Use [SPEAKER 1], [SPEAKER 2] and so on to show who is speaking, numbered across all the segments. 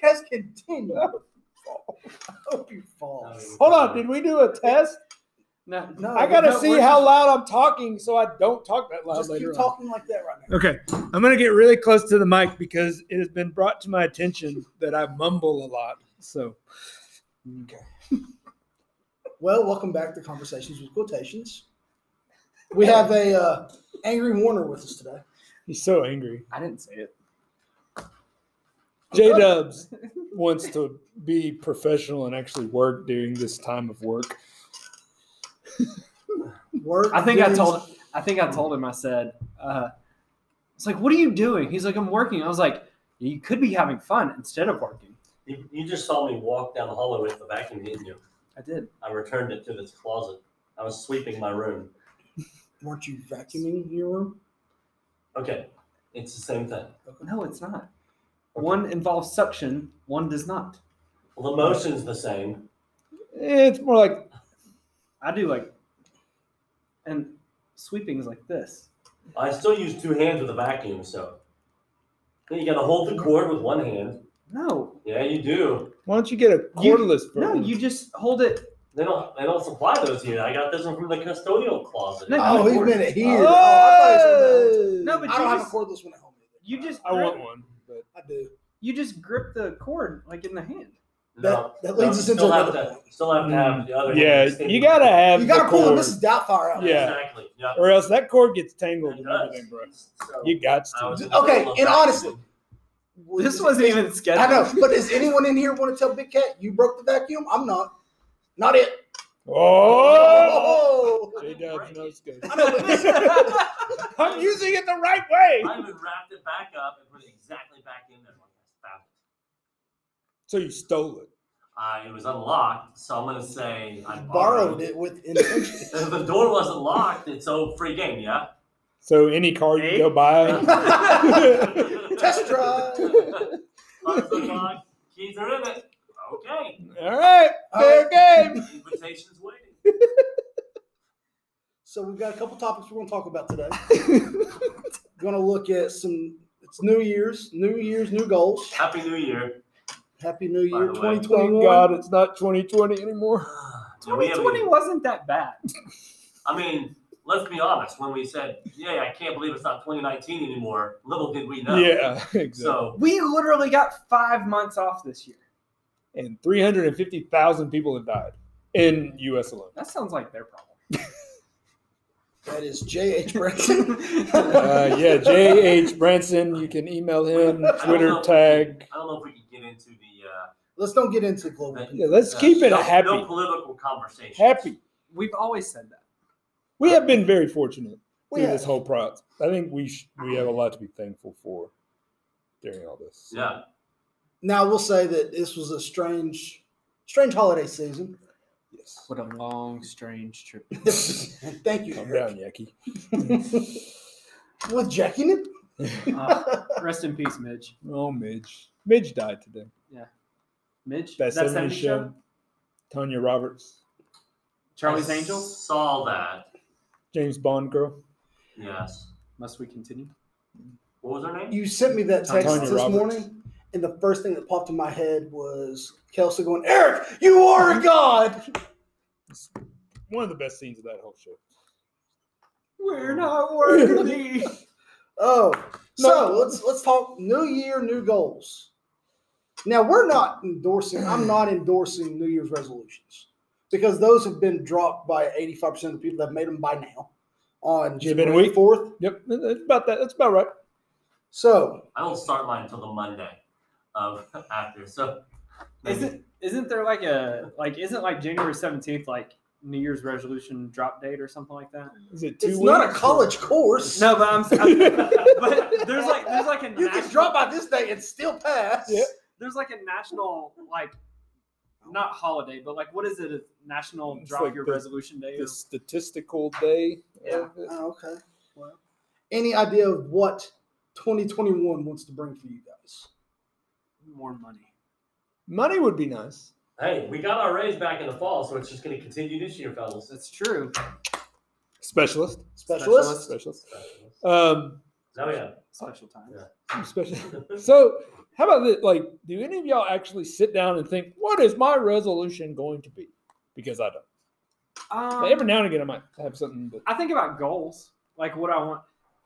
[SPEAKER 1] test continue. I hope you fall.
[SPEAKER 2] Hold on, did we do a test?
[SPEAKER 3] No,
[SPEAKER 1] No,
[SPEAKER 2] I gotta
[SPEAKER 1] no,
[SPEAKER 2] see
[SPEAKER 1] we're
[SPEAKER 2] how
[SPEAKER 1] just-
[SPEAKER 2] loud I'm talking so I don't talk that loud
[SPEAKER 1] Just
[SPEAKER 2] later.
[SPEAKER 1] keep
[SPEAKER 2] on.
[SPEAKER 1] talking like that right now.
[SPEAKER 2] Okay, I'm gonna get really close to the mic because it has been brought to my attention that I mumble a lot. So
[SPEAKER 1] Well, welcome back to Conversations with Quotations. We have a uh, angry Warner with us today.
[SPEAKER 2] he's so angry.
[SPEAKER 3] I didn't say it.
[SPEAKER 2] J Dubs wants to be professional and actually work during this time of work.
[SPEAKER 1] Work.
[SPEAKER 3] I think I
[SPEAKER 1] duties.
[SPEAKER 3] told. I think I told him. I said, uh, "It's like, what are you doing?" He's like, "I'm working." I was like, "You could be having fun instead of working."
[SPEAKER 4] You, you just saw me walk down the hallway with the vacuum, didn't you?
[SPEAKER 3] I did.
[SPEAKER 4] I returned it to this closet. I was sweeping my room.
[SPEAKER 1] Weren't you vacuuming your room?
[SPEAKER 4] Okay, it's the same thing.
[SPEAKER 3] No, it's not. One involves suction. One does not.
[SPEAKER 4] Well, the motion's the same.
[SPEAKER 2] It's more like
[SPEAKER 3] I do like, and sweepings like this.
[SPEAKER 4] I still use two hands with a vacuum, so. Then you gotta hold the cord with one hand.
[SPEAKER 3] No,
[SPEAKER 4] Yeah, you do.
[SPEAKER 2] why don't you get a
[SPEAKER 3] You-
[SPEAKER 2] cordless
[SPEAKER 3] no,
[SPEAKER 2] version?
[SPEAKER 3] you just hold it.
[SPEAKER 4] They don't. They don't supply those here. I got this one from the custodial closet.
[SPEAKER 3] No,
[SPEAKER 1] Oh, he's
[SPEAKER 3] cord-
[SPEAKER 1] been at here.
[SPEAKER 2] Oh!
[SPEAKER 1] Oh, I, thought he was somewhere
[SPEAKER 3] No,
[SPEAKER 1] else.
[SPEAKER 3] but
[SPEAKER 1] I
[SPEAKER 3] you
[SPEAKER 1] don't have a
[SPEAKER 3] just-
[SPEAKER 1] cordless one at home. either.
[SPEAKER 3] You just.
[SPEAKER 2] I want one. But
[SPEAKER 1] I do.
[SPEAKER 3] You just grip the cord like in the hand.
[SPEAKER 4] No,
[SPEAKER 1] that- that leads
[SPEAKER 4] no,
[SPEAKER 1] us into
[SPEAKER 4] still have
[SPEAKER 1] another
[SPEAKER 4] to. Still have to have the other.
[SPEAKER 2] yeah,
[SPEAKER 4] hand extended.
[SPEAKER 2] you gotta have
[SPEAKER 1] You got to
[SPEAKER 2] the
[SPEAKER 1] pull
[SPEAKER 2] cord,
[SPEAKER 1] Mrs. Doubtfire out.
[SPEAKER 2] Yeah.
[SPEAKER 4] Exactly. Yeah.
[SPEAKER 2] or else that cord gets tangled
[SPEAKER 4] It
[SPEAKER 2] and everything, bro.
[SPEAKER 4] does. So,
[SPEAKER 2] You got
[SPEAKER 4] I was
[SPEAKER 2] to.
[SPEAKER 4] in the
[SPEAKER 1] Okay,
[SPEAKER 4] middle of
[SPEAKER 1] and
[SPEAKER 4] vacuuming.
[SPEAKER 1] honestly,
[SPEAKER 3] This wasn't even scheduled.
[SPEAKER 1] I know, but does anyone in here want to tell Big Cat you broke the vacuum? I'm not. Not it.
[SPEAKER 2] Oh, J
[SPEAKER 1] Oh!
[SPEAKER 2] Dubs knows good.
[SPEAKER 1] I know, but-
[SPEAKER 2] I'm using it the right way.
[SPEAKER 4] I even wrapped it back up and put it exactly back in there when I found it.
[SPEAKER 2] So you stole it.
[SPEAKER 4] Uh, it was unlocked, so I'm gonna say I
[SPEAKER 1] borrowed it with intention.
[SPEAKER 4] If the door wasn't locked, it's a free game, yeah.
[SPEAKER 2] So any car you go buy,
[SPEAKER 1] Test drive.
[SPEAKER 4] Locks unlocked, keys are in it. Okay,
[SPEAKER 2] all right, fair game.
[SPEAKER 4] invitation's waiting.
[SPEAKER 1] So we've got a couple topics we're going to talk about today. going to look at some. It's New Year's, New Year's, new goals.
[SPEAKER 4] Happy New Year.
[SPEAKER 1] Happy New
[SPEAKER 4] By
[SPEAKER 1] Year,
[SPEAKER 4] the way.
[SPEAKER 2] Thank
[SPEAKER 1] 2021.
[SPEAKER 2] God it's not 2020 anymore.
[SPEAKER 4] Yeah, we haven't
[SPEAKER 3] 2020
[SPEAKER 4] even-
[SPEAKER 3] wasn't that bad.
[SPEAKER 4] I mean, let's be honest. When we said, "Yeah, I can't believe it's not 2019 anymore," little did we know.
[SPEAKER 2] Yeah, exactly.
[SPEAKER 4] So
[SPEAKER 3] We literally got five months off this year.
[SPEAKER 2] and 350,000 people have died in U.S. alone.
[SPEAKER 3] That sounds like their problem.
[SPEAKER 1] That is J.H. Branson.
[SPEAKER 2] Uh, yeah, J.H. Branson. You can email him, Twitter tag.
[SPEAKER 4] I don't know if we can get into the uh,
[SPEAKER 1] Let's don't get into global.
[SPEAKER 4] the-
[SPEAKER 2] Yeah, let's keep it
[SPEAKER 4] no,
[SPEAKER 2] happy.
[SPEAKER 4] No political conversation.
[SPEAKER 2] Happy.
[SPEAKER 3] We've always said that.
[SPEAKER 2] We have been very fortunate
[SPEAKER 1] We
[SPEAKER 2] through this
[SPEAKER 1] have.
[SPEAKER 2] whole process. I think we sh- we have a lot to be thankful for during all this.
[SPEAKER 4] Yeah.
[SPEAKER 1] Now, I will say that this was a strange, strange holiday season.
[SPEAKER 2] Yes.
[SPEAKER 3] What a long, strange trip.
[SPEAKER 1] Thank you,
[SPEAKER 2] Calm
[SPEAKER 1] Eric.
[SPEAKER 2] down, Yaki.
[SPEAKER 1] With Jack in it.
[SPEAKER 3] Uh, rest in peace, Midge.
[SPEAKER 2] Oh, Midge. Midge died today.
[SPEAKER 3] Midge.
[SPEAKER 2] That
[SPEAKER 3] That's
[SPEAKER 2] 70s
[SPEAKER 3] that
[SPEAKER 2] show.
[SPEAKER 3] show.
[SPEAKER 2] Tanya Roberts,
[SPEAKER 3] Charlie's
[SPEAKER 4] I
[SPEAKER 3] Angels.
[SPEAKER 4] Saw that.
[SPEAKER 2] James Bond girl.
[SPEAKER 4] Yes.
[SPEAKER 3] Must we continue?
[SPEAKER 4] What was her name?
[SPEAKER 1] You sent me that text
[SPEAKER 2] Tanya
[SPEAKER 1] this
[SPEAKER 2] Roberts.
[SPEAKER 1] morning, and the first thing that popped in my head was Kelsey going, Eric, you are a god.
[SPEAKER 2] One of the best scenes of that whole show.
[SPEAKER 3] We're not worthy.
[SPEAKER 1] Oh, so
[SPEAKER 2] No.
[SPEAKER 1] let's let's talk New Year, new goals. Now we're not endorsing. I'm not endorsing New Year's resolutions because those have been dropped by 85 percent of the people that have made them by now on
[SPEAKER 2] It's been a
[SPEAKER 1] January
[SPEAKER 2] week.
[SPEAKER 1] 4th.
[SPEAKER 2] Yep, that- that's about that. That's about right.
[SPEAKER 1] So
[SPEAKER 4] I don't start mine until the Monday of after. So
[SPEAKER 3] isn't isn't there like a like isn't like January seventeenth like New Year's resolution drop date or something like that?
[SPEAKER 2] Is it two
[SPEAKER 1] it's not a
[SPEAKER 2] weeks?
[SPEAKER 1] college course.
[SPEAKER 3] No, but I'm. I'm but there's like there's like a
[SPEAKER 1] you
[SPEAKER 3] national-
[SPEAKER 1] can drop by this day and still pass.
[SPEAKER 2] Yeah.
[SPEAKER 3] there's like a national like not holiday, but like what is it? A national
[SPEAKER 2] It's
[SPEAKER 3] drop
[SPEAKER 2] like
[SPEAKER 3] your
[SPEAKER 2] the-
[SPEAKER 3] resolution day?
[SPEAKER 2] The statistical day.
[SPEAKER 3] Yeah.
[SPEAKER 2] of it.
[SPEAKER 1] Oh, okay. Well, any idea of what 2021 wants to bring for you guys?
[SPEAKER 3] or more money.
[SPEAKER 2] Money would be nice.
[SPEAKER 4] hey, we got our raise back in the fall, so it's just going to continue this year, fellas.
[SPEAKER 3] That's true.
[SPEAKER 2] Specialist.
[SPEAKER 1] Specialist.
[SPEAKER 2] Specialist. Um,
[SPEAKER 4] Oh, yeah.
[SPEAKER 3] special times.
[SPEAKER 4] Yeah.
[SPEAKER 2] Especially. So, how about this? Like, do any of y'all actually sit down and think, what is my resolution going to be? Because I don't.
[SPEAKER 3] Um,
[SPEAKER 2] Like, every now and again, I might have something, but
[SPEAKER 3] I think about goals, like what I want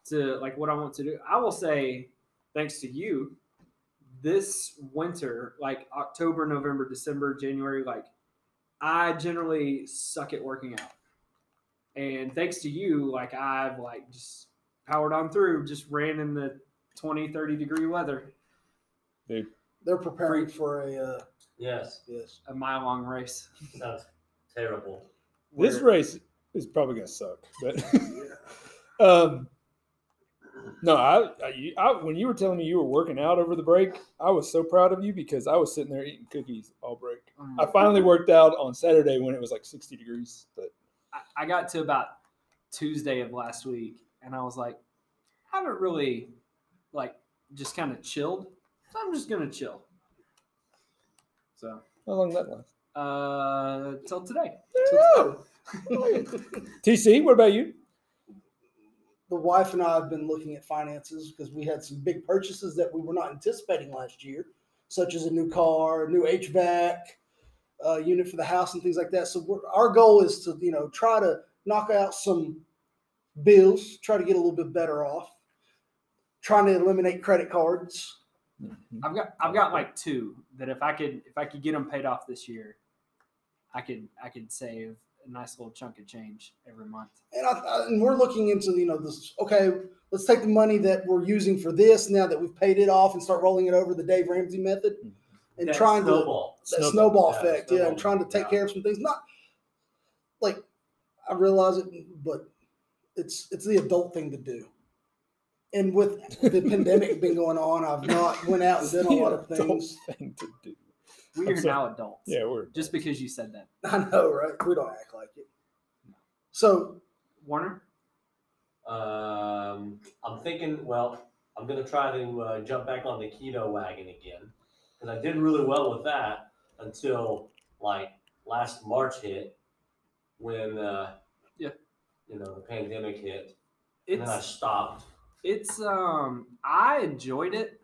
[SPEAKER 3] to, like what I want to do. I will say, thanks to you, this winter, like October, November, December, January, like I generally suck at working out, and thanks to you, like I've like just powered on through, just ran in the 20, 30 degree weather,
[SPEAKER 1] They're preparing for a uh,
[SPEAKER 4] Yes.
[SPEAKER 1] yes.
[SPEAKER 3] a mile long race.
[SPEAKER 4] Sounds terrible.
[SPEAKER 2] this
[SPEAKER 3] where-
[SPEAKER 2] race is probably going to suck. But, um, no, I, I, you- I, when you were telling me you were working out over the break, I was so proud of you because I was sitting there eating cookies all break.
[SPEAKER 3] Um,
[SPEAKER 2] I finally worked out on Saturday when it was like 60 degrees, but
[SPEAKER 3] I- I got to about Tuesday of last week, and I was like, I haven't really, like, just kind of chilled. So I'm just gonna chill. So
[SPEAKER 2] how long did that last?
[SPEAKER 3] uh, till today.
[SPEAKER 2] TC, what about you?
[SPEAKER 1] the wife and I have been looking at finances because we had some big purchases that we were not anticipating last year, such as a new car, a new HVAC uh, unit for the house, and things like that. So we're, our goal is to you know try to knock out some bills, try to get a little bit better off, trying to eliminate credit cards.
[SPEAKER 3] I've got I've got like two that if I could if I could get them paid off this year, I could I could save a nice little chunk of change every month.
[SPEAKER 1] And, I, I- and we're looking into you know this. Okay, let's take the money that we're using for this now that we've paid it off and start rolling it over the Dave Ramsey method and
[SPEAKER 4] That
[SPEAKER 1] trying to
[SPEAKER 4] snowball.
[SPEAKER 1] that snowball,
[SPEAKER 4] Yeah,
[SPEAKER 1] effect. yeah, I'm
[SPEAKER 4] snowball,
[SPEAKER 1] trying to take
[SPEAKER 4] yeah.
[SPEAKER 1] care of some things. Not like I realize it, but it's it's the adult thing to do. And with the pandemic been going on, I've not went out and done a lot of
[SPEAKER 2] It's the adult
[SPEAKER 1] things.
[SPEAKER 2] thing to do.
[SPEAKER 3] We
[SPEAKER 2] I'm
[SPEAKER 3] are
[SPEAKER 2] sorry.
[SPEAKER 3] now adults.
[SPEAKER 2] Yeah, we're
[SPEAKER 3] Just because you said that,
[SPEAKER 1] I know, right? We don't act like it. So
[SPEAKER 3] Warner.
[SPEAKER 4] Um, I'm thinking, well, I'm going to try to uh, jump back on the keto wagon again because I did really well with that until like last March hit when, uh,
[SPEAKER 3] Yeah.
[SPEAKER 4] you know, the pandemic hit. and then I
[SPEAKER 3] It's
[SPEAKER 4] stopped.
[SPEAKER 3] It's um I enjoyed it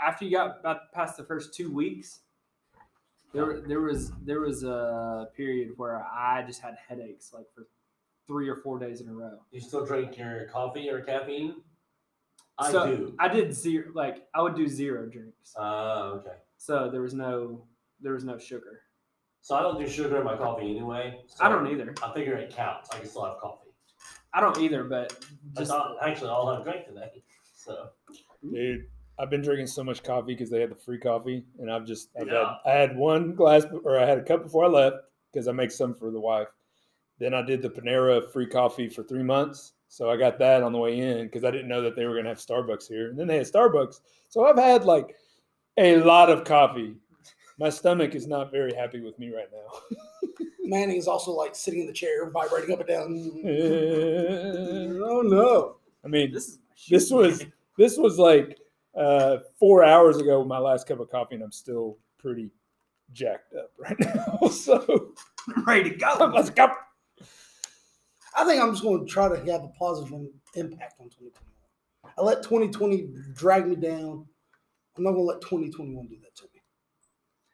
[SPEAKER 3] after you got about past the first two weeks. There there was there was a period where I just had headaches like for three or four days in a row.
[SPEAKER 4] You still drink your coffee or caffeine? I
[SPEAKER 3] So-
[SPEAKER 4] do.
[SPEAKER 3] I did zero like I would do zero drinks.
[SPEAKER 4] Uh, okay.
[SPEAKER 3] So there was no there was no sugar.
[SPEAKER 4] So I don't do sugar in my coffee anyway. So
[SPEAKER 3] I don't either.
[SPEAKER 4] I figure it counts. I can still have coffee.
[SPEAKER 3] I don't either, but
[SPEAKER 4] Just
[SPEAKER 3] just
[SPEAKER 4] not, actually, I'll have a drink today. So
[SPEAKER 2] dude. I've been drinking so much coffee because they had the free coffee, and I've just I've
[SPEAKER 4] Yeah.
[SPEAKER 2] had I had one glass or I had a cup before I left because I make some for the wife. Then I did the Panera free coffee for three months, so I got that on the way in because I didn't know that they were gonna have Starbucks here, and then they had Starbucks. So I've had like a lot of coffee. My stomach is not very happy with me right now.
[SPEAKER 1] Manning is also like sitting in the chair, vibrating up and down.
[SPEAKER 2] I
[SPEAKER 1] oh no!
[SPEAKER 2] mean,
[SPEAKER 3] this is my
[SPEAKER 2] this
[SPEAKER 3] sugar.
[SPEAKER 2] was this was like uh four hours ago my last cup of coffee and i'm still pretty jacked up right now so
[SPEAKER 3] ready to go.
[SPEAKER 2] let's go
[SPEAKER 1] I think I'm just going to try to have a positive im- impact on 2021. I let 2020 drag me down. I'm not going to let 2021 do that to me.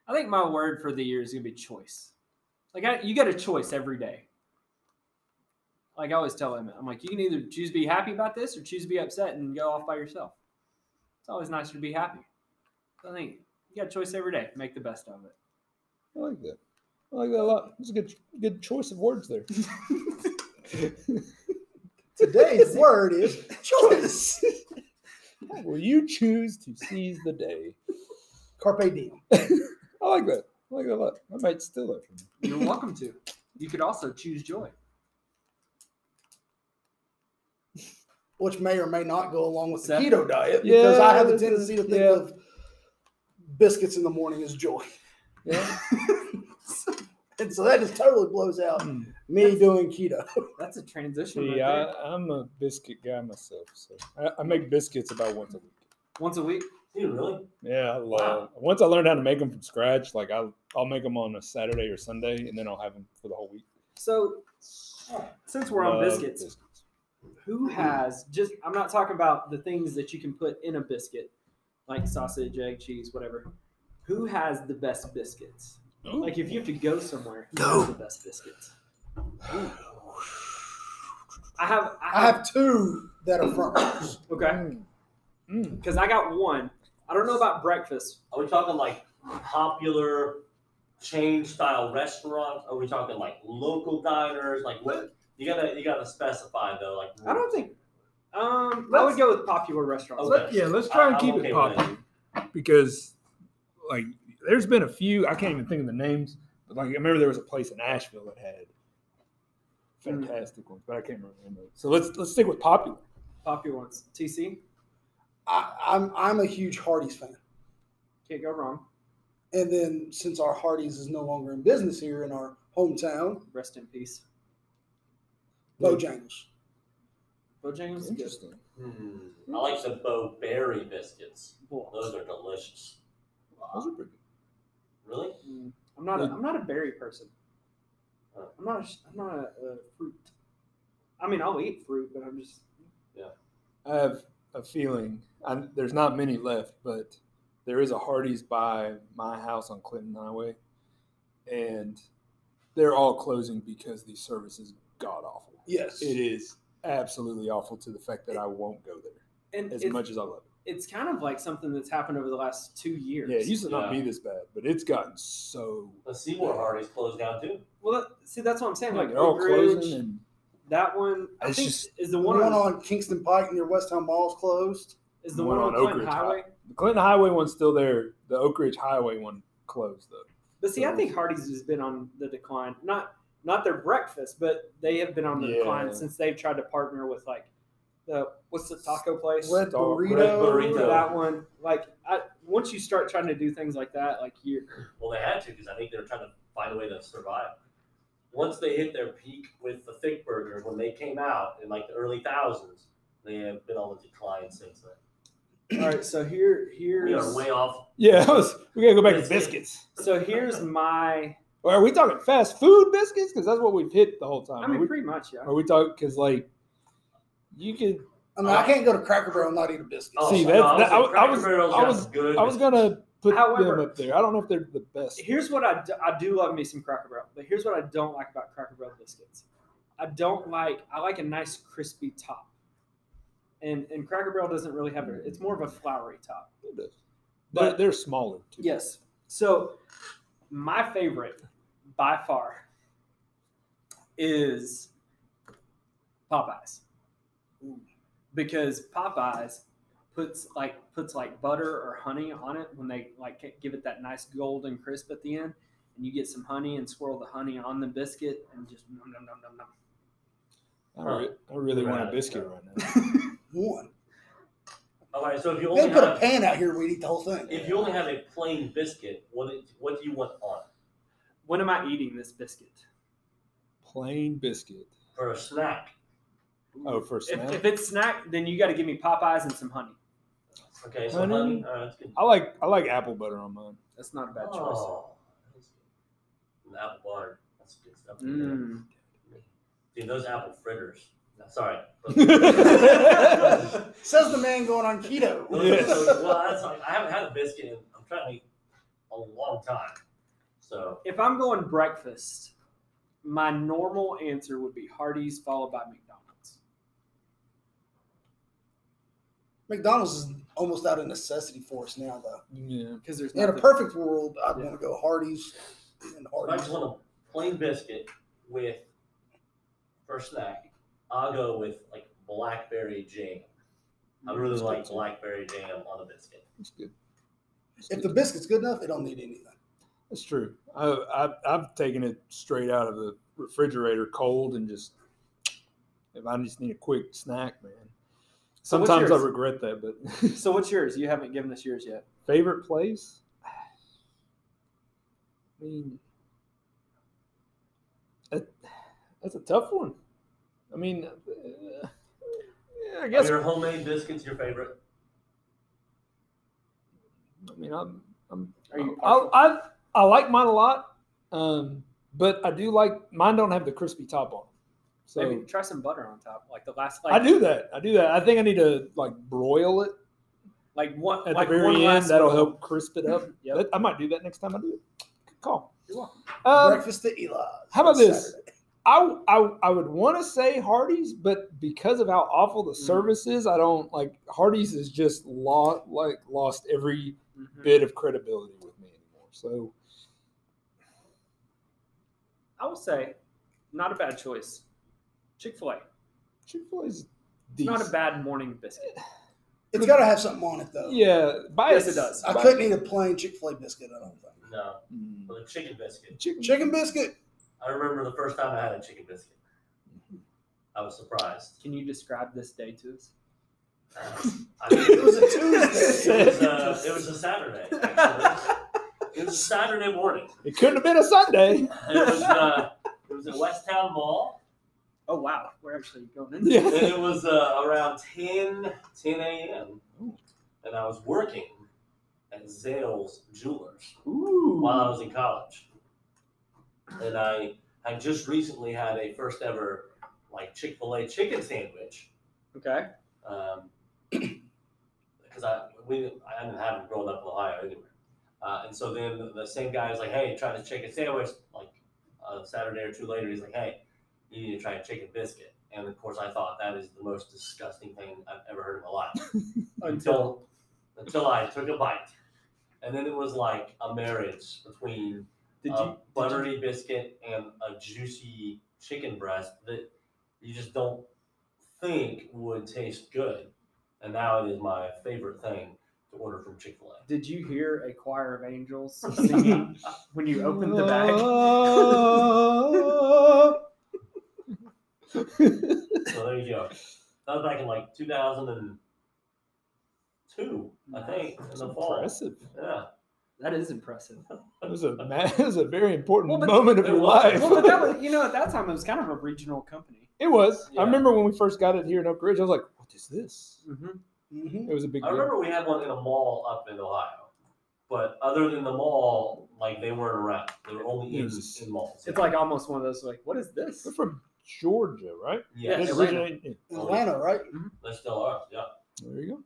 [SPEAKER 3] I think my word for the year is gonna be choice. Like I, you get a choice every day. Like I always tell him, I'm like, you can either choose to be happy about this or choose to be upset and go off by yourself. It's always nicer to be happy. So I think you got a choice every day. Make the best of it.
[SPEAKER 2] i like that i like that a lot it's a good good choice of words there
[SPEAKER 1] Today's word is choice.
[SPEAKER 2] will you choose to seize the day
[SPEAKER 1] Carpe diem.
[SPEAKER 2] i like that i like that a lot i might steal that from you
[SPEAKER 3] You're welcome to. You could also choose joy.
[SPEAKER 1] which may or may not go along with the
[SPEAKER 3] Seth?
[SPEAKER 1] keto diet because I have a
[SPEAKER 2] Yeah, this is-
[SPEAKER 1] tendency to think
[SPEAKER 2] yeah.
[SPEAKER 1] of biscuits in the morning as joy.
[SPEAKER 2] yeah
[SPEAKER 1] And so that just totally blows out
[SPEAKER 2] Hmm.
[SPEAKER 1] me doing keto.
[SPEAKER 3] That's a transition. right
[SPEAKER 2] See,
[SPEAKER 3] there.
[SPEAKER 2] I, i'm a biscuit guy myself so I, I make biscuits about once a week
[SPEAKER 3] Once a week.
[SPEAKER 4] dude, really?
[SPEAKER 2] Yeah, I love. Once I learned how to make them from scratch, like I'll I'll make them on a Saturday or Sunday, and then I'll have them for the whole week.
[SPEAKER 3] So since we're on
[SPEAKER 2] Love
[SPEAKER 3] biscuits, who has just I'm not talking about the things that you can put in a biscuit, like sausage, egg, cheese, whatever. Who has the best biscuits? Like if you have to go somewhere, who has the best biscuits? I have I
[SPEAKER 1] I
[SPEAKER 3] have
[SPEAKER 1] have two that are front runners.
[SPEAKER 3] okay
[SPEAKER 2] Mm.
[SPEAKER 3] because I got one. I don't know about breakfast.
[SPEAKER 4] Are we talking like popular chain style restaurants? Are we talking like local diners? Like what? You gotta you gotta specify though. Like
[SPEAKER 3] I don't think. Um, I would
[SPEAKER 5] Let's-
[SPEAKER 3] go with popular restaurants.
[SPEAKER 4] Okay.
[SPEAKER 2] Let- yeah, let's try and
[SPEAKER 4] I- I'm
[SPEAKER 2] keep
[SPEAKER 4] okay
[SPEAKER 2] it
[SPEAKER 4] with
[SPEAKER 2] popular because, like, there's been a few. I can't even think of the names, but like, I remember there was a place in Asheville that had
[SPEAKER 3] Mm.
[SPEAKER 2] fantastic ones, but I can't remember. the name of it. So let's let's stick with popular.
[SPEAKER 3] Popular ones. TC
[SPEAKER 1] I, I'm I'm a huge Hardee's fan.
[SPEAKER 3] can't go wrong.
[SPEAKER 1] And then since our Hardee's is no longer in business here in our hometown,
[SPEAKER 3] Rest in peace.
[SPEAKER 1] Bojangles.
[SPEAKER 3] Bojangles. is good.
[SPEAKER 2] Interesting.
[SPEAKER 4] Hmm. I like the Bo Berry biscuits. Those
[SPEAKER 3] Well,
[SPEAKER 4] are delicious.
[SPEAKER 2] Those are pretty good.
[SPEAKER 4] Really?
[SPEAKER 3] mm, I'm not. A, I'm not a berry person. I'm not. A, sh- I'm not a, a fruit. I mean, I'll eat fruit, but I'm just.
[SPEAKER 2] I have a feeling i there's not many left, but there is a Hardee's by my house on Clinton Highway, and they're all closing because the service is god awful.
[SPEAKER 1] Yes.
[SPEAKER 2] It is absolutely awful to the fact that I won't go there
[SPEAKER 3] And
[SPEAKER 2] as
[SPEAKER 3] it's,
[SPEAKER 2] much as I love
[SPEAKER 3] it's kind of like something that's happened over the last two
[SPEAKER 2] it.
[SPEAKER 3] years.
[SPEAKER 2] Yeah, it used to not be
[SPEAKER 4] Yeah.
[SPEAKER 2] this bad, but it's gotten so.
[SPEAKER 4] The Seymour Hardy's closed down too.
[SPEAKER 3] well, that, see, that's what I'm saying.
[SPEAKER 2] Like,
[SPEAKER 3] Like
[SPEAKER 2] they're all
[SPEAKER 3] Oak Ridge,
[SPEAKER 2] closing, and
[SPEAKER 3] that one I
[SPEAKER 2] It's
[SPEAKER 3] think
[SPEAKER 2] just-
[SPEAKER 3] is the
[SPEAKER 1] The
[SPEAKER 3] one,
[SPEAKER 1] one
[SPEAKER 3] on,
[SPEAKER 1] on Kingston Pike near West Town Mall's closed.
[SPEAKER 3] is the
[SPEAKER 2] one on
[SPEAKER 3] one, on,
[SPEAKER 2] Oak
[SPEAKER 3] Clinton
[SPEAKER 2] Ridge
[SPEAKER 3] Highway.
[SPEAKER 2] the Clinton Highway one's still there. The Oak Ridge Highway one closed though.
[SPEAKER 3] But see, I think Hardee's has been on the decline. Not not their breakfast, but they have been on the
[SPEAKER 2] Yeah.
[SPEAKER 3] decline since they've tried to partner with like the what's the taco place?
[SPEAKER 1] Red
[SPEAKER 2] Dog-
[SPEAKER 1] Burrito.
[SPEAKER 2] Red
[SPEAKER 4] Burrito.
[SPEAKER 3] That one. Like I, once you start trying to do things like that, like you
[SPEAKER 4] Well, they had to because I think they were trying to find a way to survive. Once they hit their peak with the thick burgers, when they came out in like the early thousands, they have been on the decline since then.
[SPEAKER 3] all right, so here
[SPEAKER 4] We are
[SPEAKER 3] here's
[SPEAKER 4] way off.
[SPEAKER 2] Yeah, I was, we gotta go back to
[SPEAKER 4] Biscuits.
[SPEAKER 2] biscuits.
[SPEAKER 3] so here's my
[SPEAKER 2] Or are we talking fast food biscuits? Because that's what we've hit the whole time.
[SPEAKER 3] I
[SPEAKER 2] Are
[SPEAKER 3] mean
[SPEAKER 2] we-
[SPEAKER 3] pretty much, yeah.
[SPEAKER 2] Are we talking? Because like, you could.
[SPEAKER 1] I mean, I can't go to Cracker Barrel and not eat a biscuit.
[SPEAKER 4] Oh,
[SPEAKER 2] See,
[SPEAKER 4] no,
[SPEAKER 2] that's- that- I
[SPEAKER 4] I was,
[SPEAKER 2] was-
[SPEAKER 4] saying
[SPEAKER 2] I
[SPEAKER 4] Cracker
[SPEAKER 2] was-
[SPEAKER 4] Barrel's
[SPEAKER 2] I
[SPEAKER 4] got
[SPEAKER 2] was-
[SPEAKER 4] good.
[SPEAKER 2] I was gonna put them
[SPEAKER 3] However-
[SPEAKER 2] up there. I don't know if they're the best.
[SPEAKER 3] Here's what I do, I do love me some Cracker Barrel, but here's what I don't like about Cracker Barrel biscuits. I don't like I like a nice crispy top, and and Cracker Barrel doesn't really have a, it's more of a floury top.
[SPEAKER 2] They're,
[SPEAKER 3] But-
[SPEAKER 2] they're smaller too.
[SPEAKER 3] Yes. So my favorite by far is Popeyes. Because Popeyes puts like puts like butter or honey on it when they like give it that nice golden crisp at the end and you get some honey and swirl the honey on the biscuit and just nom nom nom nom nom.
[SPEAKER 2] I, re- I really
[SPEAKER 4] They're
[SPEAKER 2] want a
[SPEAKER 4] out.
[SPEAKER 2] biscuit right now.
[SPEAKER 1] One.
[SPEAKER 4] All right, so if you
[SPEAKER 1] They
[SPEAKER 4] only
[SPEAKER 1] put a
[SPEAKER 4] have,
[SPEAKER 1] pan out here, we'd eat the whole thing.
[SPEAKER 4] if you only have a plain biscuit, what it- what do you want on it?
[SPEAKER 3] When am I eating this biscuit?
[SPEAKER 2] Plain biscuit.
[SPEAKER 4] for a snack?
[SPEAKER 2] Oh, for a
[SPEAKER 3] If,
[SPEAKER 2] snack.
[SPEAKER 3] if it's snack, then you got to give me Popeyes and some honey.
[SPEAKER 4] Okay, so uh,
[SPEAKER 2] Honey?
[SPEAKER 4] honey. All right, that's good.
[SPEAKER 2] I like I like apple butter on mine.
[SPEAKER 3] That's not a bad choice.
[SPEAKER 4] Oh, that's good. An apple bar. That's good stuff.
[SPEAKER 3] Mm.
[SPEAKER 4] Dude, those apple fritters. Sorry.
[SPEAKER 2] That's
[SPEAKER 1] Says the man going on keto.
[SPEAKER 2] Yes.
[SPEAKER 4] well, that's like, I haven't had a biscuit in, I'm trying to eat a long time. So,
[SPEAKER 3] If I'm going breakfast, my normal answer would be Hardee's followed by McDonald's.
[SPEAKER 1] McDonald's is almost out of necessity for us now, though.
[SPEAKER 2] Yeah.
[SPEAKER 3] Because there's
[SPEAKER 1] In a
[SPEAKER 3] nothing-
[SPEAKER 1] perfect world, I'd
[SPEAKER 3] Yeah.
[SPEAKER 1] want to go Hardee's and
[SPEAKER 4] if I
[SPEAKER 1] Hardee's.
[SPEAKER 4] just want a plain biscuit with, for a snack, I'll go with like blackberry jam.
[SPEAKER 3] Mm-hmm.
[SPEAKER 4] I really like blackberry jam on a biscuit.
[SPEAKER 2] That's good. That's
[SPEAKER 1] If
[SPEAKER 2] good.
[SPEAKER 1] the biscuit's good enough, it don't need anything.
[SPEAKER 2] That's true. I, I, I've taken it straight out of the refrigerator, cold, and just if I just need a quick snack, man.
[SPEAKER 3] So what's
[SPEAKER 2] Sometimes I
[SPEAKER 3] yours?
[SPEAKER 2] regret that, but
[SPEAKER 3] So what's yours? You haven't given us yours yet.
[SPEAKER 2] favorite place. I mean, that, that's a tough one. I mean, uh, yeah, I
[SPEAKER 4] Are
[SPEAKER 2] guess.
[SPEAKER 4] Your homemade biscuits, your favorite?
[SPEAKER 2] I mean, I'm, I'm
[SPEAKER 3] Are you
[SPEAKER 2] I,
[SPEAKER 3] partial?
[SPEAKER 2] I I like mine a lot, um, but I do like mine. Don't have the crispy top on. So
[SPEAKER 3] Maybe try some butter on top, like the last. Like,
[SPEAKER 2] I do that. I do that. I think I need to like broil it
[SPEAKER 3] Like one
[SPEAKER 2] at
[SPEAKER 3] like
[SPEAKER 2] the very
[SPEAKER 3] one
[SPEAKER 2] end.
[SPEAKER 3] last
[SPEAKER 2] That'll
[SPEAKER 3] little-
[SPEAKER 2] help crisp it up.
[SPEAKER 3] Yep.
[SPEAKER 2] That- I might do that next time I do it. Good call.
[SPEAKER 3] You're welcome.
[SPEAKER 2] Um,
[SPEAKER 1] Breakfast at Eli's.
[SPEAKER 2] how about
[SPEAKER 1] on
[SPEAKER 2] this?
[SPEAKER 1] Saturday.
[SPEAKER 2] I, I I would want to say Hardee's, but because of how awful the
[SPEAKER 3] Mm.
[SPEAKER 2] service is, I don't like Hardee's is just lost like lost every
[SPEAKER 3] Mhm.
[SPEAKER 2] bit of credibility with me anymore. So
[SPEAKER 3] I will say, not a bad choice. Chick Fil A,
[SPEAKER 2] Chick Fil A's decent.
[SPEAKER 3] not a bad morning biscuit.
[SPEAKER 1] It's got to have something on it though.
[SPEAKER 2] Yeah, by
[SPEAKER 3] Yes, it
[SPEAKER 2] its-
[SPEAKER 3] does.
[SPEAKER 1] I
[SPEAKER 2] by-
[SPEAKER 1] couldn't eat a plain Chick Fil A biscuit. I don't think.
[SPEAKER 4] No,
[SPEAKER 2] Mm.
[SPEAKER 4] but the chicken biscuit.
[SPEAKER 2] Chicken.
[SPEAKER 1] Chicken biscuit.
[SPEAKER 4] I remember the first time I had a chicken biscuit. I was surprised.
[SPEAKER 3] Can you describe this day to us?
[SPEAKER 4] Uh, I mean,
[SPEAKER 1] It was a Tuesday.
[SPEAKER 4] It was, uh, it was a Saturday. Actually. It was a Saturday morning.
[SPEAKER 2] It couldn't have been a Sunday.
[SPEAKER 4] It was uh, it was at West Town Mall,
[SPEAKER 3] Oh wow, we're actually going into
[SPEAKER 4] and
[SPEAKER 2] Yeah.
[SPEAKER 4] it was uh, around 10, 10 a.m. And I was working at Zales Jewelers
[SPEAKER 2] Ooh.
[SPEAKER 4] while I was in college, and I I just recently had a first ever like Chick Fil A chicken sandwich.
[SPEAKER 3] Okay.
[SPEAKER 4] um, because I we I didn't have them growing up in Ohio anywhere. Uh, and so then the same guy was like, "Hey, try the chicken sandwich." Like a Saturday or two later, he's like, "Hey, you need to try a chicken biscuit." And of course, I thought that is the most disgusting thing I've ever heard in my life until until I took a bite, and then it was like a marriage between
[SPEAKER 3] Did
[SPEAKER 4] a
[SPEAKER 3] you
[SPEAKER 4] Uh, buttery biscuit and a juicy chicken breast that you just don't think would taste good. And now it is my favorite thing to order from Chick fil A.
[SPEAKER 3] did you hear a choir of angels singing when you opened the bag?
[SPEAKER 4] So there you go. That was back in like 2002, I think, in
[SPEAKER 2] That's
[SPEAKER 4] the fall.
[SPEAKER 2] impressive.
[SPEAKER 4] Yeah.
[SPEAKER 3] That is impressive.
[SPEAKER 2] That was a ma- that was a very important
[SPEAKER 3] Well, but-
[SPEAKER 2] moment of
[SPEAKER 4] it
[SPEAKER 2] your
[SPEAKER 4] was.
[SPEAKER 2] life.
[SPEAKER 3] Well, but that was, you know, at that time it was kind of a regional company.
[SPEAKER 2] it was.
[SPEAKER 4] Yeah.
[SPEAKER 2] I remember when we first got it here in Oak Ridge. I was like, "What is this?"
[SPEAKER 3] Mm-hmm.
[SPEAKER 1] Mhm.
[SPEAKER 2] It was a big.
[SPEAKER 4] I
[SPEAKER 2] deal.
[SPEAKER 4] remember we had one in a mall up in Ohio. But other than the mall, like they weren't around. They were only in,
[SPEAKER 2] Yes.
[SPEAKER 4] in malls.
[SPEAKER 3] It's like almost one of those like, what is this?
[SPEAKER 2] They're from Georgia, right?
[SPEAKER 4] yeah,
[SPEAKER 2] They
[SPEAKER 3] Yes.
[SPEAKER 4] they
[SPEAKER 2] originate- yeah.
[SPEAKER 1] Atlanta, right?
[SPEAKER 4] still are. Yeah.
[SPEAKER 2] There you go.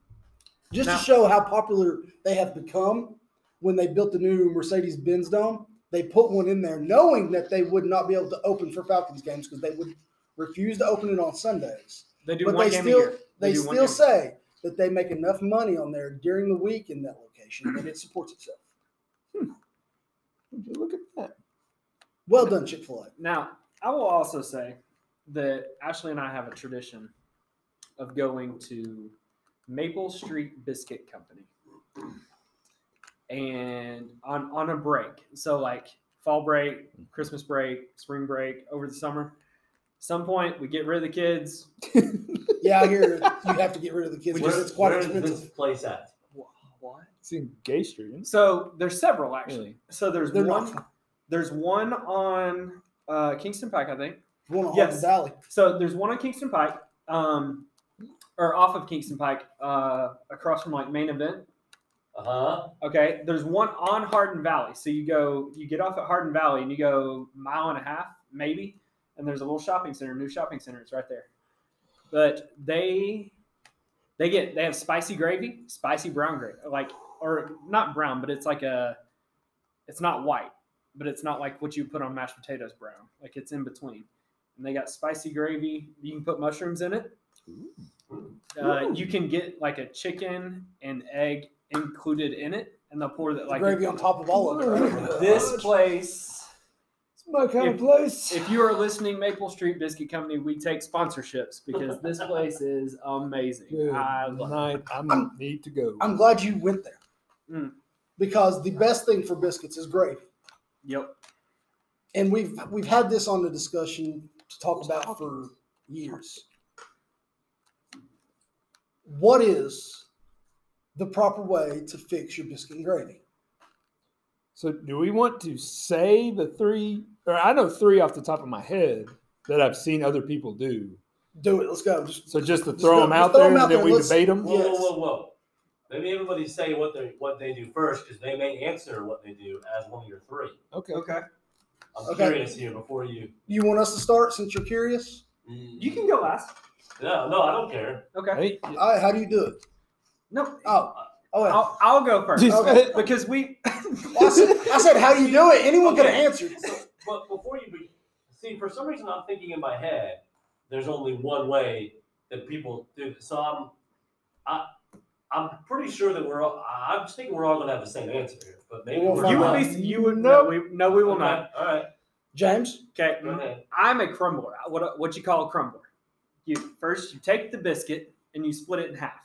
[SPEAKER 1] Just
[SPEAKER 3] Now-
[SPEAKER 1] to show how popular they have become, when they built the new Mercedes Benz Dome, they put one in there knowing that they would not be able to open for Falcons games because they would refuse to open it on Sundays.
[SPEAKER 3] They do
[SPEAKER 1] but
[SPEAKER 3] one
[SPEAKER 1] they
[SPEAKER 3] game
[SPEAKER 1] still
[SPEAKER 3] a year.
[SPEAKER 1] they,
[SPEAKER 3] do one
[SPEAKER 1] still
[SPEAKER 3] game.
[SPEAKER 1] say that they make enough money on there during the week in that location that it supports itself.
[SPEAKER 2] Look at that.
[SPEAKER 1] Well done, Chick Fil A.
[SPEAKER 3] Now, I will also say that Ashley and I have a tradition of going to Maple Street Biscuit Company. And on on a break. So like fall break, Christmas break, spring break, over the summer. Some point we get rid of the kids.
[SPEAKER 1] Yeah, I hear you have to get rid of the kids
[SPEAKER 4] Where-
[SPEAKER 1] because it's quite
[SPEAKER 4] where is
[SPEAKER 1] expensive.
[SPEAKER 4] this place at?
[SPEAKER 3] What?
[SPEAKER 2] It's in Gay Street. isn't it?
[SPEAKER 3] So there's several actually. So there's
[SPEAKER 1] They're
[SPEAKER 3] one
[SPEAKER 1] not
[SPEAKER 3] there's one on uh, Kingston Pike, I think.
[SPEAKER 1] one on
[SPEAKER 3] Yes.
[SPEAKER 1] yes. Valley.
[SPEAKER 3] So there's one on Kingston Pike, um, or off of Kingston Pike, uh, across from like main event.
[SPEAKER 4] Uh huh.
[SPEAKER 3] Okay, there's one on Hardin Valley. So you go, you get off at Hardin Valley, and you go mile and a half maybe, and there's a little shopping center, new shopping center. It's right there. But they, they get they have spicy gravy, spicy brown gravy, like or not brown, but it's like a, it's not white, but it's not like what you put on mashed potatoes brown. Like it's in between. And they got spicy gravy. You can put mushrooms in it. Uh,
[SPEAKER 2] Ooh.
[SPEAKER 3] you can get like a chicken and egg included in it, and they'll pour that
[SPEAKER 1] Like
[SPEAKER 3] like
[SPEAKER 1] gravy on top of all of it. right?
[SPEAKER 3] this place.
[SPEAKER 2] It's my kind
[SPEAKER 3] If-
[SPEAKER 2] of place.
[SPEAKER 3] If you are listening, Maple Street Biscuit Company, we take sponsorships because this place is amazing.
[SPEAKER 2] Good
[SPEAKER 3] I love it.
[SPEAKER 2] night. I'm,
[SPEAKER 1] I'm-
[SPEAKER 2] need to go.
[SPEAKER 1] I'm glad you went there.
[SPEAKER 3] Mm.
[SPEAKER 1] Because the best thing for biscuits is gravy.
[SPEAKER 3] Yep.
[SPEAKER 1] And we've we've had this on the discussion to talk about for years. What is the proper way to fix your biscuit and gravy?
[SPEAKER 2] So, do we want to say the three? Or I know three off the top of my head that I've seen other people do.
[SPEAKER 1] Do it. Let's go. Just
[SPEAKER 2] So, just to
[SPEAKER 1] Just
[SPEAKER 2] throw
[SPEAKER 1] go-
[SPEAKER 2] them
[SPEAKER 1] just
[SPEAKER 2] out
[SPEAKER 1] throw
[SPEAKER 2] there,
[SPEAKER 1] 'em
[SPEAKER 2] and
[SPEAKER 1] out
[SPEAKER 2] then
[SPEAKER 1] there.
[SPEAKER 2] we
[SPEAKER 1] Let's-
[SPEAKER 2] debate them.
[SPEAKER 4] Whoa,
[SPEAKER 1] Yes.
[SPEAKER 4] whoa, whoa, whoa. Maybe everybody say what they what they do first because they may answer what they do as one of your three.
[SPEAKER 2] Okay.
[SPEAKER 3] Okay.
[SPEAKER 4] I'm
[SPEAKER 1] Okay.
[SPEAKER 4] curious here before you.
[SPEAKER 1] you want us to start since you're curious?
[SPEAKER 3] You can go last.
[SPEAKER 4] No, no, I don't care.
[SPEAKER 3] Okay.
[SPEAKER 2] Hey,
[SPEAKER 1] All right, how do you do it?
[SPEAKER 3] No,
[SPEAKER 1] Oh, oh, wait.
[SPEAKER 3] I'll, I'll go first
[SPEAKER 2] Just-
[SPEAKER 1] Okay.
[SPEAKER 3] because we.
[SPEAKER 1] I, said, I said, how do you do it? Anyone could have answered.
[SPEAKER 4] So, but before you be, see, for some reason, I'm thinking in my head, there's only one way that people do. This. So I'm, I, I'm pretty sure that we're all. I- I'm just thinking we're all gonna have the same answer here, but maybe
[SPEAKER 1] We'll
[SPEAKER 4] we're
[SPEAKER 1] find
[SPEAKER 3] You
[SPEAKER 1] will
[SPEAKER 4] not.
[SPEAKER 3] would
[SPEAKER 1] out.
[SPEAKER 3] be. You would no. We, no, we will
[SPEAKER 4] Okay,
[SPEAKER 3] not.
[SPEAKER 4] All right.
[SPEAKER 1] James,
[SPEAKER 3] Okay.
[SPEAKER 4] Go ahead.
[SPEAKER 3] I'm a crumbler. What what you call a crumbler? You first you take the biscuit and you split it in half.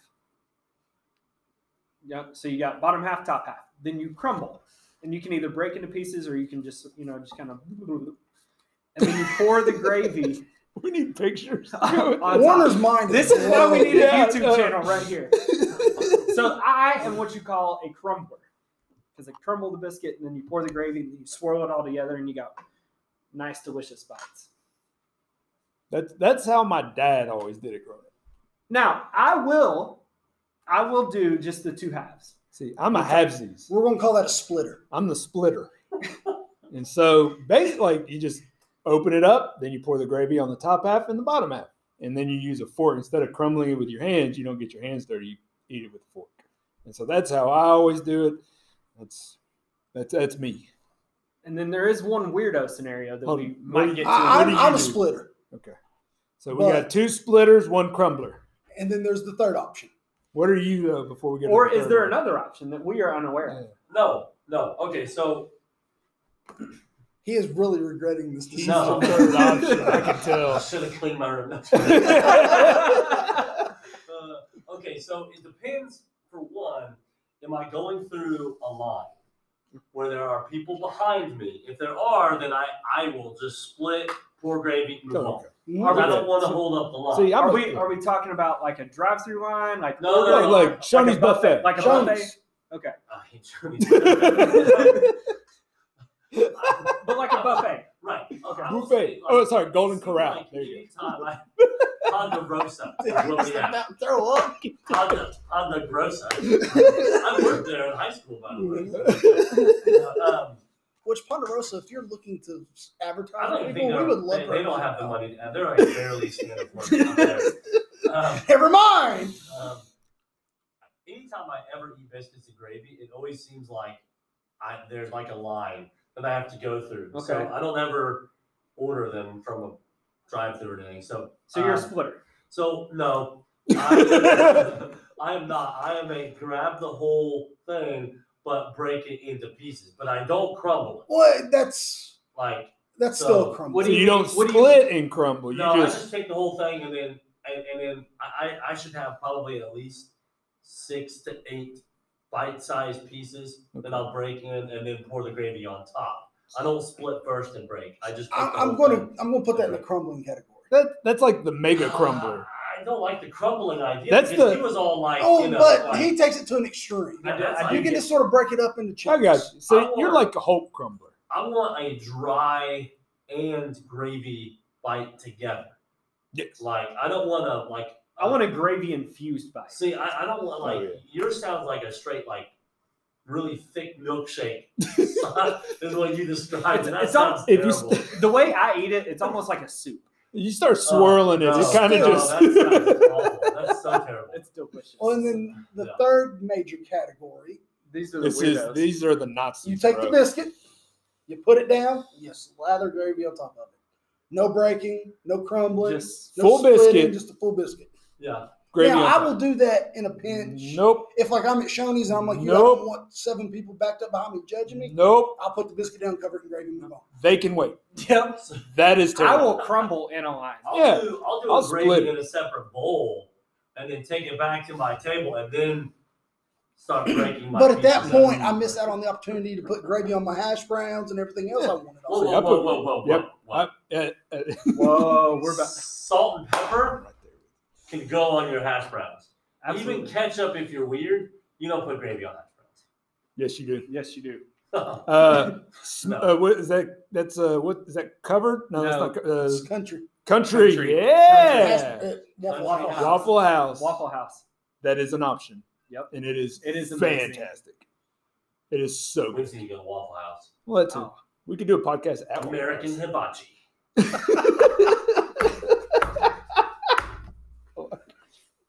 [SPEAKER 3] Yeah. So you got bottom half, top half. Then you crumble, and you can either break into pieces or you can just you know just kind of. And then you pour the gravy.
[SPEAKER 2] we need pictures.
[SPEAKER 3] on top.
[SPEAKER 1] Warner's mind.
[SPEAKER 3] This is why we need a
[SPEAKER 2] Yeah,
[SPEAKER 3] YouTube
[SPEAKER 2] no.
[SPEAKER 3] channel right here. So I am what you call a crumbler. Because I crumble the biscuit and then you pour the gravy and you swirl it all together and you got nice, delicious bites.
[SPEAKER 2] That's that's how my dad always did it growing up.
[SPEAKER 3] Now I will, I will do just the two halves.
[SPEAKER 2] See, I'm a halvesies.
[SPEAKER 1] We're going to call that a splitter.
[SPEAKER 2] I'm the splitter. and so basically like, you just open it up, then you pour the gravy on the top half and the bottom half. And then you use a fork. Instead of crumbling it with your hands, you don't get your hands dirty, you eat it with a fork. And so that's how I always do it. That's that's that's me.
[SPEAKER 3] And then there is one weirdo scenario that
[SPEAKER 2] Hold
[SPEAKER 3] we
[SPEAKER 2] on.
[SPEAKER 3] might get to.
[SPEAKER 1] I,
[SPEAKER 2] what do
[SPEAKER 1] I'm,
[SPEAKER 2] you
[SPEAKER 1] I'm a
[SPEAKER 2] do?
[SPEAKER 1] splitter.
[SPEAKER 2] Okay. So we
[SPEAKER 1] But-
[SPEAKER 2] got two splitters, one crumbler.
[SPEAKER 1] And then there's the third option.
[SPEAKER 2] What are you though before we get to
[SPEAKER 3] or
[SPEAKER 2] the
[SPEAKER 3] is
[SPEAKER 2] third
[SPEAKER 3] there
[SPEAKER 2] one?
[SPEAKER 3] another option that we are unaware of?
[SPEAKER 4] No, no. Okay, so
[SPEAKER 1] He is really regretting this decision.
[SPEAKER 4] No.
[SPEAKER 2] He's the third option, I can
[SPEAKER 4] I
[SPEAKER 2] tell.
[SPEAKER 4] should have cleaned my room. Uh, okay, so it depends. For one, am I going through a line where there are people behind me? If there are, then I, I will just split, pour gravy, and move on.
[SPEAKER 2] Oh, Okay.
[SPEAKER 3] Are we-
[SPEAKER 4] I don't want to hold up the line.
[SPEAKER 2] See, I'm
[SPEAKER 3] Are
[SPEAKER 2] a-
[SPEAKER 3] we are we talking about like a drive-through line? Like
[SPEAKER 4] No, no,
[SPEAKER 3] order
[SPEAKER 4] no,
[SPEAKER 2] Like,
[SPEAKER 3] line?
[SPEAKER 2] like
[SPEAKER 3] Like a
[SPEAKER 2] Shoney's buffet.
[SPEAKER 3] Like a
[SPEAKER 1] Shoney's.
[SPEAKER 3] buffet? Okay,
[SPEAKER 4] I hate Germany.
[SPEAKER 3] but like a buffet.
[SPEAKER 4] right. Okay. I will
[SPEAKER 2] Buffet.
[SPEAKER 4] say,
[SPEAKER 2] Oh, sorry, Golden
[SPEAKER 4] seem
[SPEAKER 2] Corral.
[SPEAKER 4] Like
[SPEAKER 2] there you
[SPEAKER 4] anytime I, Ponderosa. is what we have.
[SPEAKER 1] About Throw up.
[SPEAKER 4] Ponda, Ponderosa. I worked there in high school, by the way.
[SPEAKER 2] go.
[SPEAKER 4] Uh, um,
[SPEAKER 1] Which Ponderosa, if you're looking to
[SPEAKER 4] I
[SPEAKER 1] advertise,
[SPEAKER 4] don't even
[SPEAKER 1] people,
[SPEAKER 4] think
[SPEAKER 1] we
[SPEAKER 4] they're-
[SPEAKER 1] would love
[SPEAKER 4] they, they don't
[SPEAKER 1] Ponderosa.
[SPEAKER 4] have the money. To, they're like barely standing for it out there. Um,
[SPEAKER 1] Never mind.
[SPEAKER 4] um, anytime I ever eat biscuits and gravy, it always seems like I, there's like a line that I have to go through.
[SPEAKER 3] Okay.
[SPEAKER 4] So I don't ever order them from a drive-through or anything. So
[SPEAKER 3] So you're a
[SPEAKER 4] um,
[SPEAKER 3] splitter.
[SPEAKER 4] so no, I, I am not. I am a grab the whole thing but break it into pieces. But I don't crumble it.
[SPEAKER 1] Well, that's
[SPEAKER 4] Like
[SPEAKER 1] that's
[SPEAKER 4] So,
[SPEAKER 1] still a crumb.
[SPEAKER 3] what
[SPEAKER 2] So
[SPEAKER 3] do
[SPEAKER 2] you don't
[SPEAKER 3] what do you-
[SPEAKER 2] split and crumble. You
[SPEAKER 4] No, I
[SPEAKER 2] just
[SPEAKER 4] just take the whole thing and then and, and then I, I I should have probably at least six to eight bite-sized pieces that I'll break in and then pour the gravy on top. I don't split first and break. I just
[SPEAKER 1] I,
[SPEAKER 4] take the
[SPEAKER 1] I'm
[SPEAKER 4] whole
[SPEAKER 1] going to
[SPEAKER 4] thing.
[SPEAKER 1] I'm going to put that in the crumbling category.
[SPEAKER 2] that, that's like the mega crumbler.
[SPEAKER 4] I don't like the crumbling idea.
[SPEAKER 2] That's
[SPEAKER 4] because
[SPEAKER 2] the-
[SPEAKER 4] he was all like,
[SPEAKER 1] Oh,
[SPEAKER 4] you know,
[SPEAKER 1] but
[SPEAKER 4] like,
[SPEAKER 1] he takes it to an extreme.
[SPEAKER 4] I- that's
[SPEAKER 3] I
[SPEAKER 4] like
[SPEAKER 1] You can
[SPEAKER 4] it.
[SPEAKER 1] just sort of break it up into
[SPEAKER 2] I
[SPEAKER 1] chunks.
[SPEAKER 2] got you. So
[SPEAKER 4] I want-
[SPEAKER 2] you're like a Hulk crumbler.
[SPEAKER 4] I want a dry and gravy bite together.
[SPEAKER 2] Yes.
[SPEAKER 4] Like I don't want to like
[SPEAKER 3] I want a gravy infused bite.
[SPEAKER 4] See, I, I don't want like
[SPEAKER 2] Oh, yeah.
[SPEAKER 4] yours sounds like a straight like really thick milkshake is what you described. and that
[SPEAKER 3] It's- it's all-
[SPEAKER 4] sounds
[SPEAKER 2] if you
[SPEAKER 4] terrible.
[SPEAKER 3] The way I eat it, it's almost like a soup.
[SPEAKER 2] You start
[SPEAKER 3] Oh,
[SPEAKER 2] swirling it.
[SPEAKER 4] Oh, no,
[SPEAKER 2] It's kind of
[SPEAKER 4] no,
[SPEAKER 2] just.
[SPEAKER 4] That sounds awful. That's so terrible.
[SPEAKER 3] It's delicious.
[SPEAKER 1] Well, and then the
[SPEAKER 4] Yeah.
[SPEAKER 1] third major category,
[SPEAKER 3] These are the
[SPEAKER 2] this
[SPEAKER 3] weirdos.
[SPEAKER 2] is these are the Nazis.
[SPEAKER 1] you take
[SPEAKER 2] bro.
[SPEAKER 1] the biscuit, you put it down, you slather gravy on top of it. No breaking, no crumbling,
[SPEAKER 3] Just
[SPEAKER 1] no
[SPEAKER 2] full
[SPEAKER 1] splitting,
[SPEAKER 2] biscuit.
[SPEAKER 1] just a full biscuit.
[SPEAKER 4] Yeah.
[SPEAKER 2] gravy.
[SPEAKER 1] now
[SPEAKER 2] on
[SPEAKER 1] I
[SPEAKER 2] top.
[SPEAKER 1] will do that in a pinch.
[SPEAKER 2] Nope.
[SPEAKER 1] If like I'm at Shoney's and I'm like, you
[SPEAKER 2] Nope.
[SPEAKER 1] don't want seven people backed up behind me judging me,
[SPEAKER 2] Nope.
[SPEAKER 1] I'll put the biscuit down, cover it in gravy, and move on.
[SPEAKER 2] They can wait.
[SPEAKER 3] Yep.
[SPEAKER 2] That is
[SPEAKER 3] I
[SPEAKER 2] terrible.
[SPEAKER 3] will crumble in a line.
[SPEAKER 4] I'll
[SPEAKER 2] Yeah.
[SPEAKER 4] do I'll do
[SPEAKER 2] I'll
[SPEAKER 4] a gravy
[SPEAKER 2] split
[SPEAKER 4] in a separate bowl and then take it back to my table and then start breaking my
[SPEAKER 1] But at that
[SPEAKER 4] pieces
[SPEAKER 1] point, I miss out on the opportunity to put gravy on my hash browns and everything else I wanted.
[SPEAKER 4] Whoa,
[SPEAKER 1] on.
[SPEAKER 2] See, I
[SPEAKER 4] whoa, whoa,
[SPEAKER 2] put-
[SPEAKER 4] whoa, whoa,
[SPEAKER 2] yep,
[SPEAKER 4] whoa.
[SPEAKER 2] I- uh, uh,
[SPEAKER 3] Whoa, we're about.
[SPEAKER 4] Salt and pepper can go on your hash browns.
[SPEAKER 3] Absolutely.
[SPEAKER 4] Even ketchup if you're weird, you don't put gravy on hash
[SPEAKER 2] yes, you do.
[SPEAKER 3] yes, you do.
[SPEAKER 4] browns.
[SPEAKER 2] Uh, s-
[SPEAKER 4] No.
[SPEAKER 2] uh, what is that? That's uh, what is that covered? No,
[SPEAKER 3] No.
[SPEAKER 2] that's not co- uh,
[SPEAKER 1] It's country.
[SPEAKER 2] country.
[SPEAKER 3] Country.
[SPEAKER 1] Hash-
[SPEAKER 2] Yeah,
[SPEAKER 1] uh, Waffle
[SPEAKER 4] Country
[SPEAKER 1] House.
[SPEAKER 2] Waffle House.
[SPEAKER 3] Waffle House.
[SPEAKER 2] That is an option.
[SPEAKER 3] Yep.
[SPEAKER 2] and it is
[SPEAKER 3] It is amazing.
[SPEAKER 2] fantastic. It is so
[SPEAKER 4] We've
[SPEAKER 2] good.
[SPEAKER 4] seen you go to Waffle House.
[SPEAKER 2] Well, that's it.
[SPEAKER 3] Oh.
[SPEAKER 2] We could do a podcast at
[SPEAKER 4] American
[SPEAKER 2] Waffle House.
[SPEAKER 4] hibachi.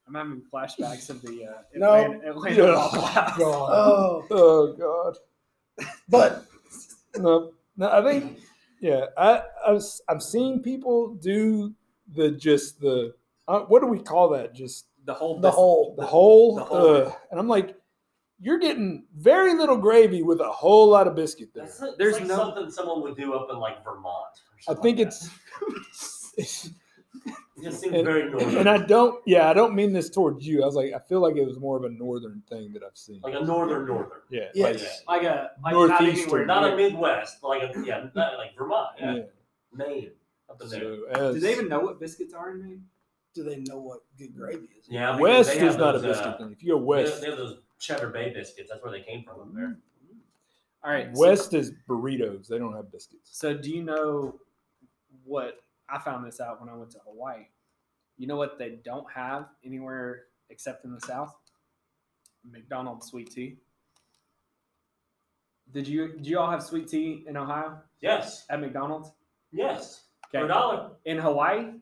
[SPEAKER 3] I'm having flashbacks of the uh,
[SPEAKER 1] No.
[SPEAKER 3] Atlanta, Atlanta
[SPEAKER 2] Yeah.
[SPEAKER 3] Waffle House.
[SPEAKER 2] God.
[SPEAKER 1] Oh,
[SPEAKER 2] Oh God.
[SPEAKER 1] but
[SPEAKER 2] No, no. I think yeah. I, I was, I'm seeing people do the just the uh, what do we call that? Just
[SPEAKER 3] The whole
[SPEAKER 1] the
[SPEAKER 3] bus-
[SPEAKER 1] whole
[SPEAKER 2] the whole.
[SPEAKER 3] The whole.
[SPEAKER 2] ugh. and I'm like, you're getting very little gravy with a whole lot of biscuit there.
[SPEAKER 4] That's like,
[SPEAKER 3] There's
[SPEAKER 4] There's like
[SPEAKER 3] no-
[SPEAKER 4] something someone would do up in like Vermont. or
[SPEAKER 2] I
[SPEAKER 4] something
[SPEAKER 2] think
[SPEAKER 4] like
[SPEAKER 2] it's.
[SPEAKER 4] that. It just seems very northern,
[SPEAKER 2] and I don't. Yeah, I don't mean this towards you. I was like, I feel like it was more of a northern thing that I've seen.
[SPEAKER 4] like a northern northern.
[SPEAKER 2] yeah.
[SPEAKER 1] Yes.
[SPEAKER 2] like-
[SPEAKER 3] like a like not
[SPEAKER 2] Northeastern.
[SPEAKER 3] anywhere.
[SPEAKER 4] Not
[SPEAKER 3] near-
[SPEAKER 4] a Midwest, like a, yeah, not like Vermont, yeah.
[SPEAKER 2] yeah.
[SPEAKER 4] Maine, up in there.
[SPEAKER 2] So,
[SPEAKER 3] Do
[SPEAKER 2] as-
[SPEAKER 3] they even know what biscuits are in Maine?
[SPEAKER 1] do they know what good gravy is?
[SPEAKER 4] Yeah, because
[SPEAKER 2] West
[SPEAKER 4] they
[SPEAKER 2] is
[SPEAKER 4] have
[SPEAKER 2] not a
[SPEAKER 4] those,
[SPEAKER 2] biscuit
[SPEAKER 4] uh,
[SPEAKER 2] thing. If you're
[SPEAKER 4] they have-
[SPEAKER 2] West,
[SPEAKER 4] They have those Cheddar Bay biscuits. That's where they came from up
[SPEAKER 3] Mm.
[SPEAKER 4] there.
[SPEAKER 3] All right. so-
[SPEAKER 2] West is burritos. They don't have biscuits.
[SPEAKER 3] So, do you know what I found this out when I went to Hawaii? You know what they don't have anywhere except in the South? McDonald's sweet tea. Did you do you all have sweet tea in Ohio
[SPEAKER 4] Yes,
[SPEAKER 3] at McDonald's?
[SPEAKER 4] yes. For a
[SPEAKER 3] Okay.
[SPEAKER 4] dollar.
[SPEAKER 3] In Hawaii?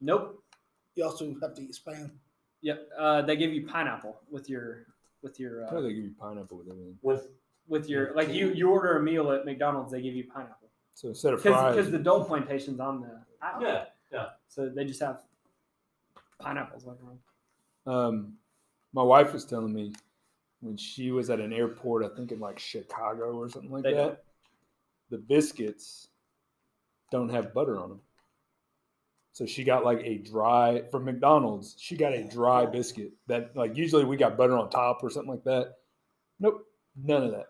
[SPEAKER 3] Nope.
[SPEAKER 1] You also have to eat spam.
[SPEAKER 3] Yep. Uh, they give you pineapple with your with your
[SPEAKER 2] I know
[SPEAKER 3] uh,
[SPEAKER 2] they give you pineapple with everything.
[SPEAKER 4] With
[SPEAKER 3] with your like you you order a meal at McDonald's they give you pineapple
[SPEAKER 2] So instead of fries,
[SPEAKER 3] because the Dole plantation's on the island.
[SPEAKER 4] yeah,
[SPEAKER 3] So they just have pineapples walking around.
[SPEAKER 2] um, my wife was telling me when she was at an airport, I think in like Chicago or something like
[SPEAKER 3] They
[SPEAKER 2] that,
[SPEAKER 3] don't.
[SPEAKER 2] the biscuits don't have butter on them. So she got like a dry from McDonald's. She got a dry biscuit that like usually we got butter on top or something like that. Nope, none of that.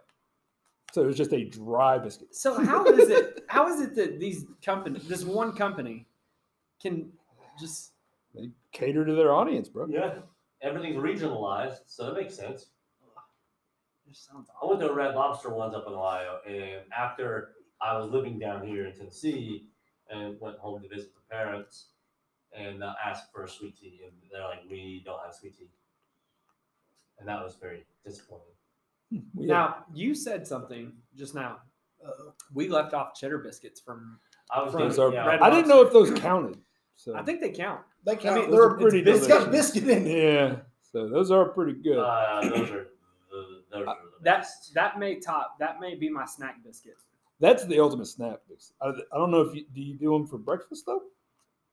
[SPEAKER 2] So it was just a dry biscuit.
[SPEAKER 3] So how is it? How is it that these company, this one company, can just
[SPEAKER 2] They cater to their audience, bro.
[SPEAKER 4] yeah. Everything's regionalized, so that makes sense.
[SPEAKER 3] just sounds
[SPEAKER 4] I went to a Red Lobster once up in Ohio, and after I was living down here in Tennessee, and went home to visit my parents, and uh, asked for a sweet tea, and they're like, "We don't have sweet tea," and that was very disappointing.
[SPEAKER 2] We have-
[SPEAKER 3] Now you said something just now.
[SPEAKER 1] Uh-oh.
[SPEAKER 3] We left off cheddar biscuits from.
[SPEAKER 4] I was
[SPEAKER 3] From
[SPEAKER 4] gonna-
[SPEAKER 2] so
[SPEAKER 4] uh, yeah,
[SPEAKER 3] Red
[SPEAKER 2] I didn't know if those counted. So
[SPEAKER 3] I think they count.
[SPEAKER 1] They can't.
[SPEAKER 3] mean,
[SPEAKER 2] those
[SPEAKER 1] they're
[SPEAKER 2] are pretty
[SPEAKER 1] it's got
[SPEAKER 2] delicious.
[SPEAKER 1] biscuit in it.
[SPEAKER 2] Yeah. So those are pretty good.
[SPEAKER 4] Uh, those are the, those are the
[SPEAKER 3] That's
[SPEAKER 4] best.
[SPEAKER 3] Uh, that may top. That may be my snack biscuit.
[SPEAKER 2] That's the ultimate snap mix. I, I don't know if you do you do them for breakfast though.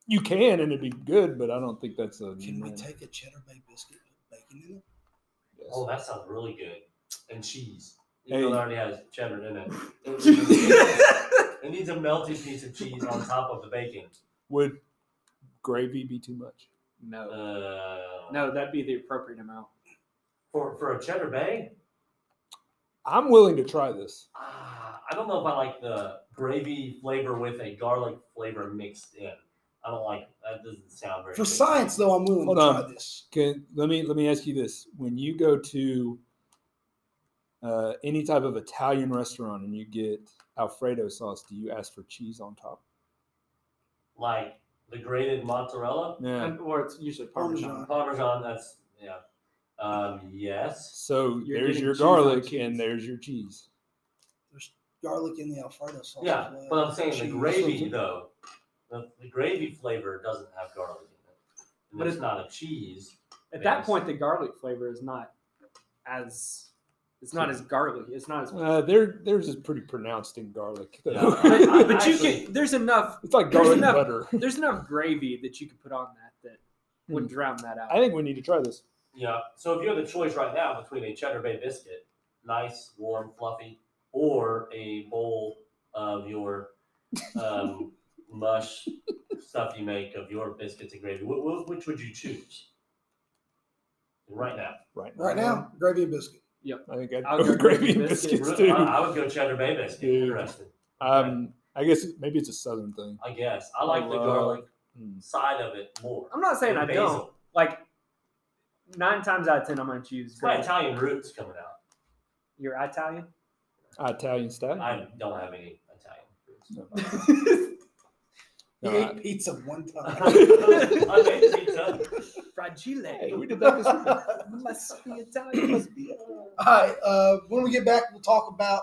[SPEAKER 2] You can, and it'd be good, but I don't think that's a.
[SPEAKER 1] Can we
[SPEAKER 2] no.
[SPEAKER 1] take a cheddar bay biscuit with bacon in it?
[SPEAKER 2] Yes.
[SPEAKER 4] Oh, that sounds really good. And cheese.
[SPEAKER 2] Hey.
[SPEAKER 4] Even though it already has cheddar in it. It needs- it needs a melted piece of cheese on top of the bacon.
[SPEAKER 2] Would gravy be too much?
[SPEAKER 3] No,
[SPEAKER 4] Uh,
[SPEAKER 3] no, that'd be the appropriate amount.
[SPEAKER 4] For, for a cheddar bay,
[SPEAKER 2] I'm willing to try this.
[SPEAKER 4] ah, I don't know if I like the gravy flavor with a garlic flavor mixed in. I don't like that. Doesn't sound very
[SPEAKER 1] For
[SPEAKER 4] good.
[SPEAKER 1] science, though, I'm willing
[SPEAKER 2] Hold
[SPEAKER 1] to
[SPEAKER 2] on.
[SPEAKER 1] try this.
[SPEAKER 2] Can let me let me ask you this: When you go to uh, any type of Italian restaurant and you get Alfredo sauce, do you ask for cheese on top?
[SPEAKER 4] Like the grated mozzarella,
[SPEAKER 2] Yeah.
[SPEAKER 3] And- or it's usually parmesan.
[SPEAKER 1] Parmesan.
[SPEAKER 4] parmesan. That's yeah. Um, yes.
[SPEAKER 2] So
[SPEAKER 3] You're
[SPEAKER 2] there's
[SPEAKER 3] getting
[SPEAKER 2] your
[SPEAKER 3] cheese on
[SPEAKER 2] garlic
[SPEAKER 3] cheese.
[SPEAKER 2] and there's your cheese.
[SPEAKER 1] Garlic in the Alfredo sauce.
[SPEAKER 4] Yeah,
[SPEAKER 1] as
[SPEAKER 4] but
[SPEAKER 1] well.
[SPEAKER 4] I'm saying the
[SPEAKER 1] Cheese.
[SPEAKER 4] gravy though, the, the gravy flavor doesn't have garlic in it. And
[SPEAKER 3] But
[SPEAKER 4] it's
[SPEAKER 3] it-
[SPEAKER 4] not a cheese.
[SPEAKER 3] At that
[SPEAKER 4] Yes.
[SPEAKER 3] point, the garlic flavor is not as it's not as garlic. It's not as.
[SPEAKER 2] Uh, there, theirs is pretty pronounced in garlic. though.
[SPEAKER 4] Yeah.
[SPEAKER 3] But, uh, but you
[SPEAKER 4] Actually-
[SPEAKER 3] can. There's enough
[SPEAKER 2] it's like
[SPEAKER 3] There's
[SPEAKER 2] garlic
[SPEAKER 3] enough-
[SPEAKER 2] butter.
[SPEAKER 3] There's enough gravy that you could put on that that would drown that out.
[SPEAKER 2] I think we need to try this.
[SPEAKER 4] Yeah. So if you have the choice right now between a cheddar bay biscuit, nice, warm, fluffy, or a bowl of your um, mush stuff you make of your biscuits and gravy, wh- wh- which would you choose? Right now,
[SPEAKER 2] Right now.
[SPEAKER 1] Right now, gravy and biscuit.
[SPEAKER 2] I think I'd
[SPEAKER 3] I'll
[SPEAKER 2] go
[SPEAKER 3] go
[SPEAKER 2] gravy and
[SPEAKER 3] biscuits. Uh,
[SPEAKER 2] biscuits
[SPEAKER 4] Re-
[SPEAKER 2] too.
[SPEAKER 4] I, I would go cheddar bay biscuit.
[SPEAKER 2] Dude.
[SPEAKER 4] Interesting.
[SPEAKER 2] Um, I guess it- maybe it's a southern thing.
[SPEAKER 4] I guess I like the
[SPEAKER 2] Love-
[SPEAKER 4] garlic
[SPEAKER 2] Mm.
[SPEAKER 4] side of it more.
[SPEAKER 3] I'm not saying
[SPEAKER 4] And
[SPEAKER 3] I
[SPEAKER 4] basil.
[SPEAKER 3] don't. Like nine times out of ten, I'm gonna choose
[SPEAKER 4] It's my
[SPEAKER 3] gravy.
[SPEAKER 4] Italian roots coming out.
[SPEAKER 3] You're Italian.
[SPEAKER 2] Italian style.
[SPEAKER 4] I don't have any Italian roots.
[SPEAKER 1] He
[SPEAKER 2] No, I-
[SPEAKER 1] ate pizza one time.
[SPEAKER 4] I made pizza.
[SPEAKER 2] hey, we
[SPEAKER 3] Fragile.
[SPEAKER 2] did that this weekend.
[SPEAKER 3] Must be Italian. Must be.
[SPEAKER 1] All right. Uh, when we get back, we'll talk about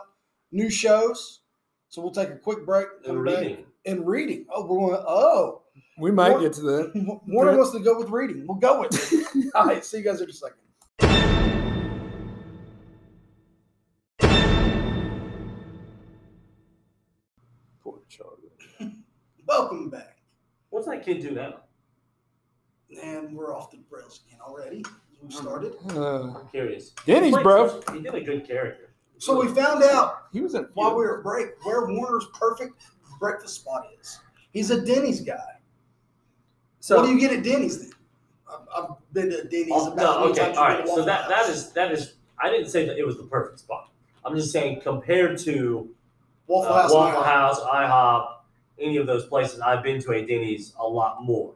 [SPEAKER 1] new shows. So we'll take a quick break.
[SPEAKER 4] And
[SPEAKER 1] come back,
[SPEAKER 4] reading.
[SPEAKER 1] And reading. Oh, we're going. Oh,
[SPEAKER 2] We might
[SPEAKER 1] What-
[SPEAKER 2] get to that.
[SPEAKER 1] Warner wants to go with reading. We'll go with it. All right, see you guys in a second.
[SPEAKER 2] Poor Charlie.
[SPEAKER 1] Welcome back.
[SPEAKER 4] What's that kid do now?
[SPEAKER 1] And we're off the rails again already. We started.
[SPEAKER 2] Uh,
[SPEAKER 4] I'm curious.
[SPEAKER 2] Denny's,
[SPEAKER 4] He played
[SPEAKER 2] bro.
[SPEAKER 4] such- He did a good character.
[SPEAKER 1] So we found out
[SPEAKER 2] He was in.
[SPEAKER 1] while we were at break where Warner's perfect breakfast spot is. He's a Denny's guy.
[SPEAKER 3] So
[SPEAKER 1] what do you get at Denny's then? I've, I've been to Denny's.
[SPEAKER 4] Oh,
[SPEAKER 1] about
[SPEAKER 4] no,
[SPEAKER 1] three
[SPEAKER 4] okay,
[SPEAKER 1] times
[SPEAKER 4] all
[SPEAKER 1] I've
[SPEAKER 4] right.
[SPEAKER 1] been
[SPEAKER 4] So
[SPEAKER 1] to
[SPEAKER 4] that
[SPEAKER 1] Waffle
[SPEAKER 4] that
[SPEAKER 1] House.
[SPEAKER 4] is that is. I didn't say that it was the perfect spot. I'm just saying compared to uh,
[SPEAKER 1] Waffle House.
[SPEAKER 4] Waffle
[SPEAKER 1] now.
[SPEAKER 4] House, IHOP, any of those places, I've been to a Denny's a lot more.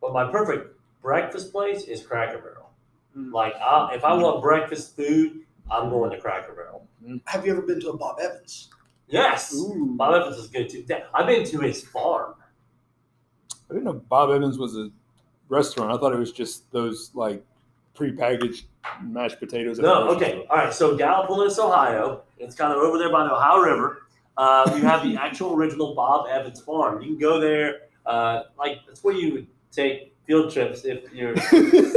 [SPEAKER 4] But my perfect breakfast place is Cracker Barrel.
[SPEAKER 3] Mm.
[SPEAKER 4] Like, I, if I want breakfast food, I'm going to Cracker Barrel.
[SPEAKER 1] Have you ever been to a Bob Evans?
[SPEAKER 4] Yes,
[SPEAKER 3] Ooh.
[SPEAKER 4] Bob Evans is good too. Damn, I've been to his farm.
[SPEAKER 2] I didn't know Bob Evans was a restaurant. I thought it was just those like prepackaged mashed potatoes. at
[SPEAKER 4] No,
[SPEAKER 2] the
[SPEAKER 4] okay. All right. So Gallipolis, Ohio. It's kind of over there by the Ohio River. Uh, you have the actual original Bob Evans farm. You can go there. Uh, like that's where you would take field trips if you're
[SPEAKER 2] restaurant.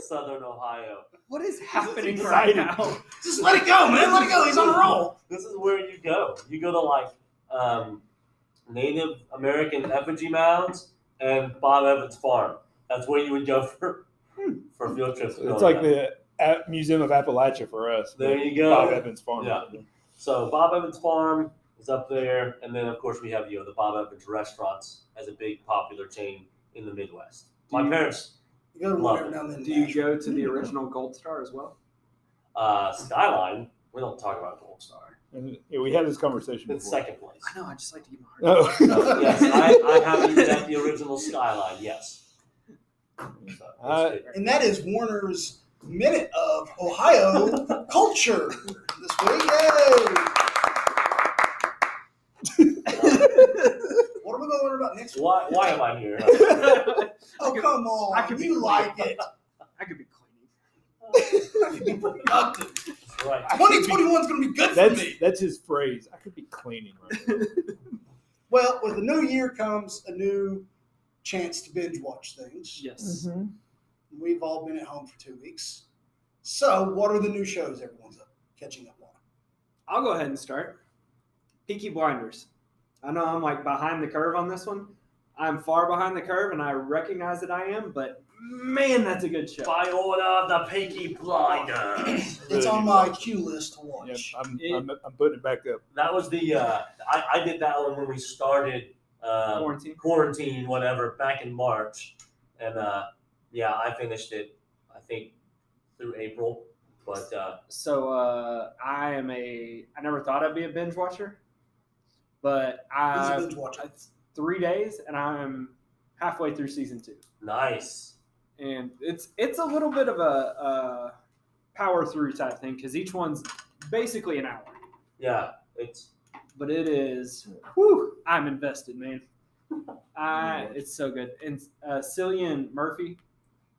[SPEAKER 4] Southern Ohio.
[SPEAKER 3] what is happening right
[SPEAKER 2] exciting.
[SPEAKER 3] now?
[SPEAKER 1] Just let it go, man. Let it go. He's on a roll.
[SPEAKER 4] This is where you go. You go to like um, Native American effigy mounds and Bob Evans farm. That's where you would go for for field trips.
[SPEAKER 2] Hmm. it's
[SPEAKER 4] growing
[SPEAKER 2] like
[SPEAKER 4] up.
[SPEAKER 2] the A- Museum of Appalachia for us.
[SPEAKER 4] Oh, There you go.
[SPEAKER 2] Bob Evans Farm.
[SPEAKER 4] Yeah. So Bob Evans Farm is up there, and then of course we have you know the Bob Evans restaurants as a big popular chain in the Midwest. My
[SPEAKER 3] you-
[SPEAKER 4] parents,
[SPEAKER 1] You go to
[SPEAKER 4] Love
[SPEAKER 1] one every
[SPEAKER 4] it.
[SPEAKER 1] now and then.
[SPEAKER 3] Do you go to the original Gold Star as well?
[SPEAKER 4] uh, Skyline, we don't talk about Gold Star.
[SPEAKER 2] And, yeah, we had this conversation
[SPEAKER 4] It's
[SPEAKER 2] before.
[SPEAKER 4] second place.
[SPEAKER 3] I know. I just like to get my heart.
[SPEAKER 2] Oh.
[SPEAKER 4] So, yes, I, I have eaten at the original Skyline. Yes. So, it's
[SPEAKER 2] Uh,
[SPEAKER 4] good.
[SPEAKER 1] and that is Warner's minute of Ohio culture this week. Yay! what are we going to learn about next week?
[SPEAKER 4] why, why am I here?
[SPEAKER 1] Oh, come on.
[SPEAKER 3] I could be
[SPEAKER 1] you like it.
[SPEAKER 3] I could be cleaning.
[SPEAKER 1] Productive.
[SPEAKER 4] right.
[SPEAKER 1] 2021 is going to be good for me.
[SPEAKER 2] that's that's his phrase. I could be cleaning right now.
[SPEAKER 1] Well, with the new year comes a new chance to binge watch things.
[SPEAKER 3] Yes.
[SPEAKER 1] We've all been at home for two weeks. So, what are the new shows everyone's up, catching up on?
[SPEAKER 3] I'll go ahead and start. Peaky Blinders. I know I'm like behind the curve on this one. I'm far behind the curve, and I recognize that I am. But man, that's a good show.
[SPEAKER 4] By order of the Peaky Blinders.
[SPEAKER 1] It's on my queue list to watch.
[SPEAKER 2] Yeah, I'm,
[SPEAKER 3] It-
[SPEAKER 2] I'm, I'm putting it back up.
[SPEAKER 4] That was the uh, I, I did that one when we started um,
[SPEAKER 3] Quarantine.
[SPEAKER 4] quarantine, whatever, back in March, and uh, yeah, I finished it. I think through April, but uh,
[SPEAKER 3] So uh, I am a. I never thought I'd be a binge watcher, but
[SPEAKER 1] He's a
[SPEAKER 3] I
[SPEAKER 1] binge
[SPEAKER 2] Uh,
[SPEAKER 1] watcher.
[SPEAKER 3] it's three days, and I'm halfway through season two.
[SPEAKER 4] nice.
[SPEAKER 3] and it's it's a little bit of a, uh power through type thing because each one's basically an hour,
[SPEAKER 4] Yeah, it's
[SPEAKER 3] but it is. Whew, I'm invested, man. I, it's so good. And uh, Cillian Murphy,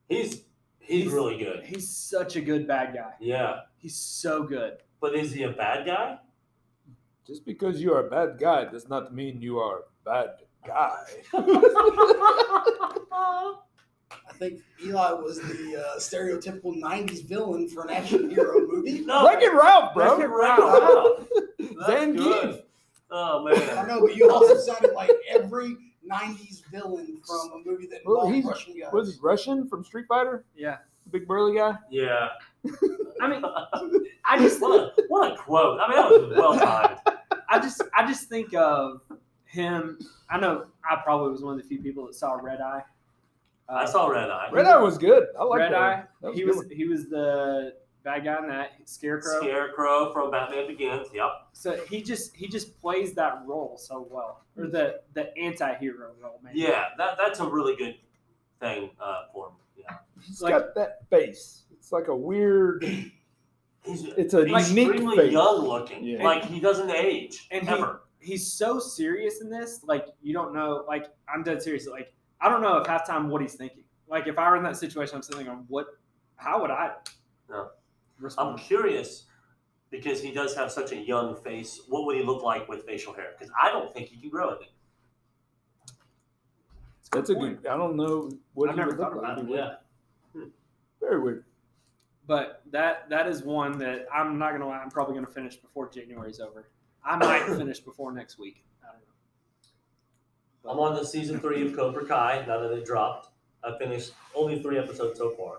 [SPEAKER 4] he's he's,
[SPEAKER 3] He's-
[SPEAKER 4] really good.
[SPEAKER 3] he's such a good bad guy.
[SPEAKER 4] Yeah,
[SPEAKER 3] He's so good.
[SPEAKER 4] but is he a bad guy?
[SPEAKER 2] Just because you are a bad guy does not mean you are a bad guy.
[SPEAKER 1] I think Eli was the uh, stereotypical 90s villain for an action hero movie.
[SPEAKER 4] No,
[SPEAKER 2] Wreck it Ralph, bro.
[SPEAKER 4] Wreck-It Ralph. That's
[SPEAKER 2] Zangief.
[SPEAKER 4] good. Oh
[SPEAKER 1] I
[SPEAKER 4] man,
[SPEAKER 1] know, but you also sounded like every 90s villain from a movie that
[SPEAKER 2] Well,
[SPEAKER 1] involved
[SPEAKER 2] he's-
[SPEAKER 1] Russian guys.
[SPEAKER 2] Was he Russian from Street Fighter?
[SPEAKER 3] Yeah,
[SPEAKER 2] The big burly guy?
[SPEAKER 4] yeah.
[SPEAKER 3] I mean, I just
[SPEAKER 4] What a, what a quote. I mean, that was well timed.
[SPEAKER 3] I just I just think of him. I know I probably was one of the few people that saw Red Eye. Uh,
[SPEAKER 4] I saw Red Eye.
[SPEAKER 2] Red Eye was good. I like
[SPEAKER 3] Red
[SPEAKER 2] that.
[SPEAKER 3] Eye.
[SPEAKER 2] one. That
[SPEAKER 3] he
[SPEAKER 2] a good
[SPEAKER 3] was
[SPEAKER 2] one.
[SPEAKER 3] he was the bad guy in that Scarecrow.
[SPEAKER 4] Scarecrow from Batman Begins. Yep.
[SPEAKER 3] So he just he just plays that role so well, or the the anti-hero role, man.
[SPEAKER 4] Yeah, that that's a really good thing uh, for him. Yeah.
[SPEAKER 2] He's
[SPEAKER 3] like-
[SPEAKER 2] got that face. It's like a weird.
[SPEAKER 4] He's
[SPEAKER 2] It's a
[SPEAKER 4] He's
[SPEAKER 2] unique
[SPEAKER 4] extremely
[SPEAKER 2] face.
[SPEAKER 4] young looking.
[SPEAKER 2] Yeah.
[SPEAKER 4] Like he doesn't age
[SPEAKER 3] And he-
[SPEAKER 4] ever.
[SPEAKER 3] He's so serious in this, like you don't know. Like I'm dead serious. Like I don't know if halftime what he's thinking. Like if I were in that situation, I'm sitting on what, how would I?
[SPEAKER 4] No. I'm
[SPEAKER 3] Respond?
[SPEAKER 2] Um,
[SPEAKER 4] curious because he does have such a young face. What would he look like with facial hair? Because I don't think he can grow it.
[SPEAKER 2] That's a good. I don't know what
[SPEAKER 3] I've
[SPEAKER 2] he
[SPEAKER 3] never
[SPEAKER 2] would
[SPEAKER 3] thought
[SPEAKER 2] look like.
[SPEAKER 3] about it.
[SPEAKER 2] It'd be weird.
[SPEAKER 4] Yeah.
[SPEAKER 2] Very weird.
[SPEAKER 3] But that that is one that I'm not gonna lie. I'm probably gonna finish before January's over. I might finish before next week. I don't know.
[SPEAKER 4] I'm on the season three of Cobra Kai now that it dropped. I finished only three episodes so far.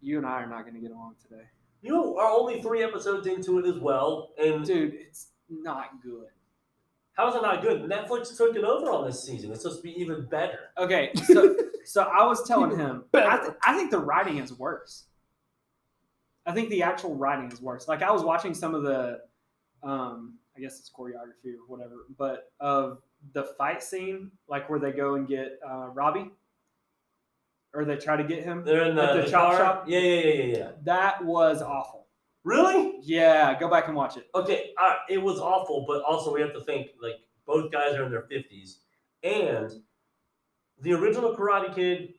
[SPEAKER 3] You and I are not gonna get along today,
[SPEAKER 4] You are only three episodes into it as well, and
[SPEAKER 3] dude. It's not good.
[SPEAKER 4] how is it not good? Netflix took it over on this season. It's supposed to be even better.
[SPEAKER 3] Okay, so so I was telling him, I, th- I think the writing is worse. I think the actual writing is worse. Like I was watching some of the, um, I guess it's choreography or whatever, but of the fight scene, like where they go and get uh, Robbie, or they try to get him.
[SPEAKER 4] They're in the,
[SPEAKER 3] At the chop
[SPEAKER 4] car.
[SPEAKER 3] shop?
[SPEAKER 4] Yeah, yeah, yeah, yeah, yeah.
[SPEAKER 3] That was awful.
[SPEAKER 4] Really?
[SPEAKER 3] Yeah, go back and watch it.
[SPEAKER 4] Okay, all right, it was awful, but also we have to think like both guys are in their fifties, and the original Karate Kid.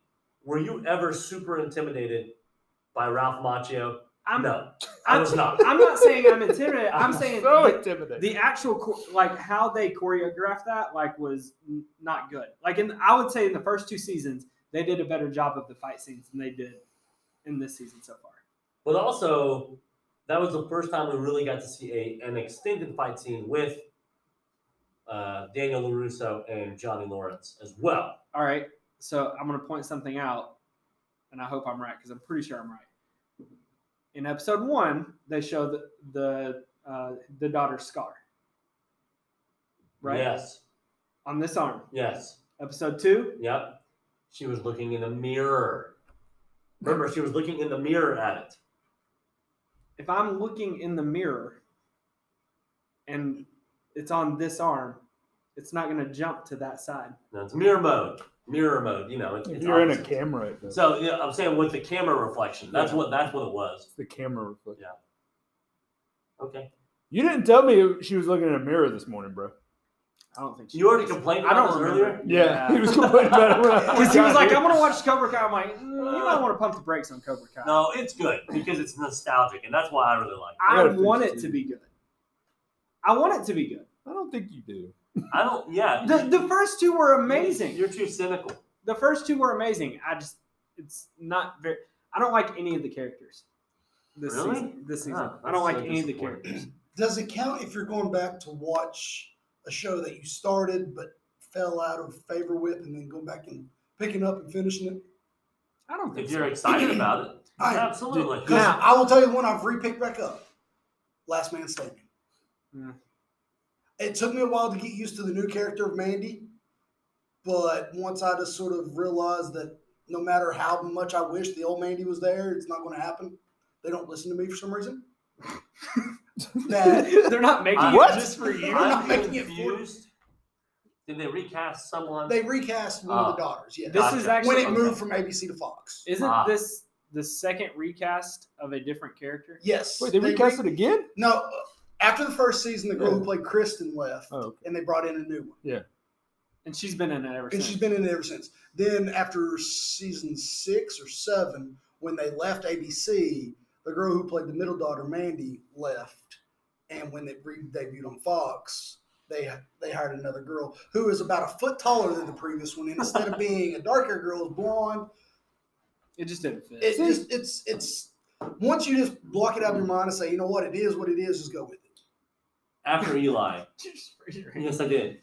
[SPEAKER 4] Were you ever super intimidated by Ralph Macchio?
[SPEAKER 3] I'm
[SPEAKER 4] no, I
[SPEAKER 3] I'm,
[SPEAKER 4] was not.
[SPEAKER 3] I'm not saying I'm intimidated. I'm saying
[SPEAKER 2] so
[SPEAKER 3] the-
[SPEAKER 2] intimidating.
[SPEAKER 3] the actual cho- like how they choreographed that like was n- not good like in i would say in the first two seasons they did a better job of the fight scenes than they did in this season so far
[SPEAKER 4] But also, that was the first time we really got to see a, an extended fight scene with uh, Daniel LaRusso and Johnny Lawrence as well.
[SPEAKER 3] all right so i'm going to point something out and i hope i'm right because i'm pretty sure i'm right in episode one they show the the uh, the daughter's scar right
[SPEAKER 4] Yes.
[SPEAKER 3] on this arm
[SPEAKER 4] Yes.
[SPEAKER 3] episode two
[SPEAKER 4] Yep. She was looking in the mirror. Remember, she was looking in the mirror at it.
[SPEAKER 3] if i'm looking in the mirror and it's on this arm it's not going to jump to that side
[SPEAKER 4] Now it's mirror mode. Mirror mode. You know, it's,
[SPEAKER 2] if
[SPEAKER 4] it's
[SPEAKER 2] you're in a
[SPEAKER 4] opposite.
[SPEAKER 2] camera, it does.
[SPEAKER 4] So yeah, I'm saying with the camera reflection. That's
[SPEAKER 2] Yeah.
[SPEAKER 4] what that's what it was.
[SPEAKER 2] It's the camera reflection.
[SPEAKER 4] Okay.
[SPEAKER 2] You didn't tell me she was looking in a mirror this morning, bro.
[SPEAKER 3] I don't think she.
[SPEAKER 4] You already complained
[SPEAKER 3] I
[SPEAKER 4] about
[SPEAKER 3] don't
[SPEAKER 4] this
[SPEAKER 3] remember.
[SPEAKER 4] earlier.
[SPEAKER 2] Yeah, he was complaining about it. when I
[SPEAKER 3] Because he was
[SPEAKER 2] got
[SPEAKER 3] like,
[SPEAKER 2] here.
[SPEAKER 3] "I'm gonna watch Cobra Kai." I'm like, "Mm, "You might want to pump the brakes on Cobra Kai."
[SPEAKER 4] No, it's good because it's nostalgic, and that's why I really like it.
[SPEAKER 2] I
[SPEAKER 3] I
[SPEAKER 2] gotta finish
[SPEAKER 3] want
[SPEAKER 2] it
[SPEAKER 3] it to
[SPEAKER 2] too.
[SPEAKER 3] be good. I want it to be good.
[SPEAKER 2] I don't think you do.
[SPEAKER 4] I don't. Yeah,
[SPEAKER 3] The the first two were amazing.
[SPEAKER 4] You're too cynical.
[SPEAKER 3] The first two were amazing. I just, it's not very. I don't like any of the characters. This
[SPEAKER 4] Really?
[SPEAKER 3] season, this season,
[SPEAKER 4] Ah,
[SPEAKER 3] I don't like
[SPEAKER 4] that's so
[SPEAKER 3] any of the
[SPEAKER 4] disappointing.
[SPEAKER 3] characters.
[SPEAKER 1] Does it count if you're going back to watch a show that you started but fell out of favor with, and then going back and picking up and finishing it?
[SPEAKER 3] I don't think
[SPEAKER 4] If
[SPEAKER 3] so.
[SPEAKER 4] you're excited about it,
[SPEAKER 1] I am.
[SPEAKER 4] absolutely.
[SPEAKER 1] Because
[SPEAKER 3] Now-
[SPEAKER 1] I will tell you one I've repicked back up. Last Man Standing.
[SPEAKER 3] Yeah.
[SPEAKER 1] It took me a while to get used to the new character of Mandy, but once I just sort of realized that no matter how much I wish the old Mandy was there, it's not going to happen. They don't listen to me for some reason. that
[SPEAKER 3] They're not making
[SPEAKER 4] I-
[SPEAKER 3] it
[SPEAKER 2] What?
[SPEAKER 3] just for you.
[SPEAKER 1] You're not
[SPEAKER 4] I'm
[SPEAKER 1] making it for-
[SPEAKER 4] confused. Did they recast someone?
[SPEAKER 1] they recast one of the daughters. Yeah,
[SPEAKER 3] Ah. This is
[SPEAKER 4] Gotcha.
[SPEAKER 3] actually
[SPEAKER 1] when it
[SPEAKER 4] okay.
[SPEAKER 1] moved from ABC to Fox.
[SPEAKER 3] Isn't
[SPEAKER 4] Ah.
[SPEAKER 3] this the second recast of a different character?
[SPEAKER 1] Yes,
[SPEAKER 2] Wait, they
[SPEAKER 1] re-
[SPEAKER 2] recast it Oh. again?
[SPEAKER 1] No, after the first season, the girl who
[SPEAKER 2] Yeah.
[SPEAKER 1] played Kristen left,
[SPEAKER 2] Oh, okay.
[SPEAKER 1] and they brought in a new one.
[SPEAKER 3] And she's been in it ever
[SPEAKER 1] and
[SPEAKER 3] since.
[SPEAKER 1] she's been in it ever since. Then after season six or seven, when they left ABC, the girl who played the middle daughter Mandy left, and when they re- debuted on Fox, they they hired another girl who is about a foot taller than the previous one, and instead of being a dark haired girl, is blonde.
[SPEAKER 3] It just didn't fit.
[SPEAKER 1] It just it's it's once you just block it out of your mind and say, you know what, it is what it is, just go with it.
[SPEAKER 4] After Eli.
[SPEAKER 3] Just for your-
[SPEAKER 4] yes, I did.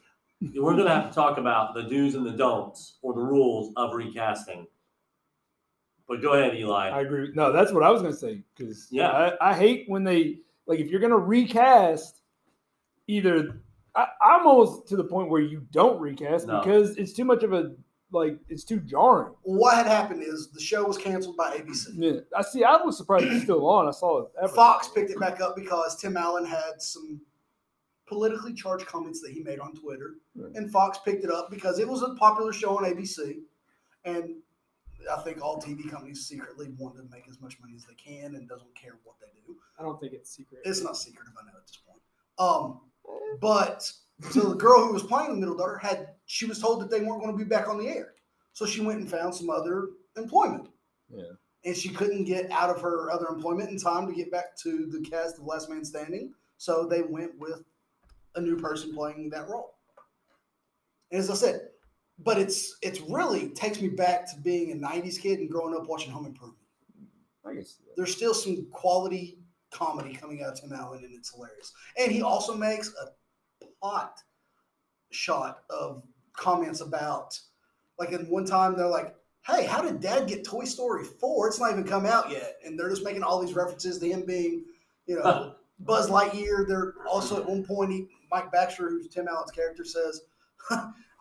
[SPEAKER 4] We're going to have to talk about the do's and the don'ts or the rules of recasting. But go ahead, Eli.
[SPEAKER 2] I agree. No, that's what I was gonna say. Because
[SPEAKER 4] Yeah.
[SPEAKER 2] I, I hate when they like if you're gonna recast, either I, I'm almost to the point where you don't recast
[SPEAKER 4] No.
[SPEAKER 2] because it's too much of a like it's too jarring.
[SPEAKER 1] What had happened is the show was canceled by ABC.
[SPEAKER 2] Yeah. I see. I was surprised it's still on. I saw it. Ever.
[SPEAKER 1] Fox picked it back up because Tim Allen had some politically charged comments that he made on Twitter,
[SPEAKER 2] Right.
[SPEAKER 1] and Fox picked it up because it was a popular show on ABC, and I think all TV companies secretly want to make as much money as they can and doesn't care what they do.
[SPEAKER 3] I don't think it's secret.
[SPEAKER 1] It's not secret if I know at this point. Um, but so the girl who was playing the middle daughter had she was told that they weren't going to be back on the air, so she went and found some other employment.
[SPEAKER 2] Yeah.
[SPEAKER 1] And she couldn't get out of her other employment in time to get back to the cast of Last Man Standing, so they went with a new person playing that role. And as I said, but it's it's really takes me back to being a '90s kid and growing up watching Home Improvement.
[SPEAKER 2] I can see that.
[SPEAKER 1] There's still some quality comedy coming out of Tim Allen, and it's hilarious. And he also makes a pot shot of comments about, like, in one time they're like, "Hey, how did Dad get Toy Story 4? It's not even come out yet," and they're just making all these references to him being, you know. Buzz Lightyear. They're also at one point, he, Mike Baxter, who's Tim Allen's character, says,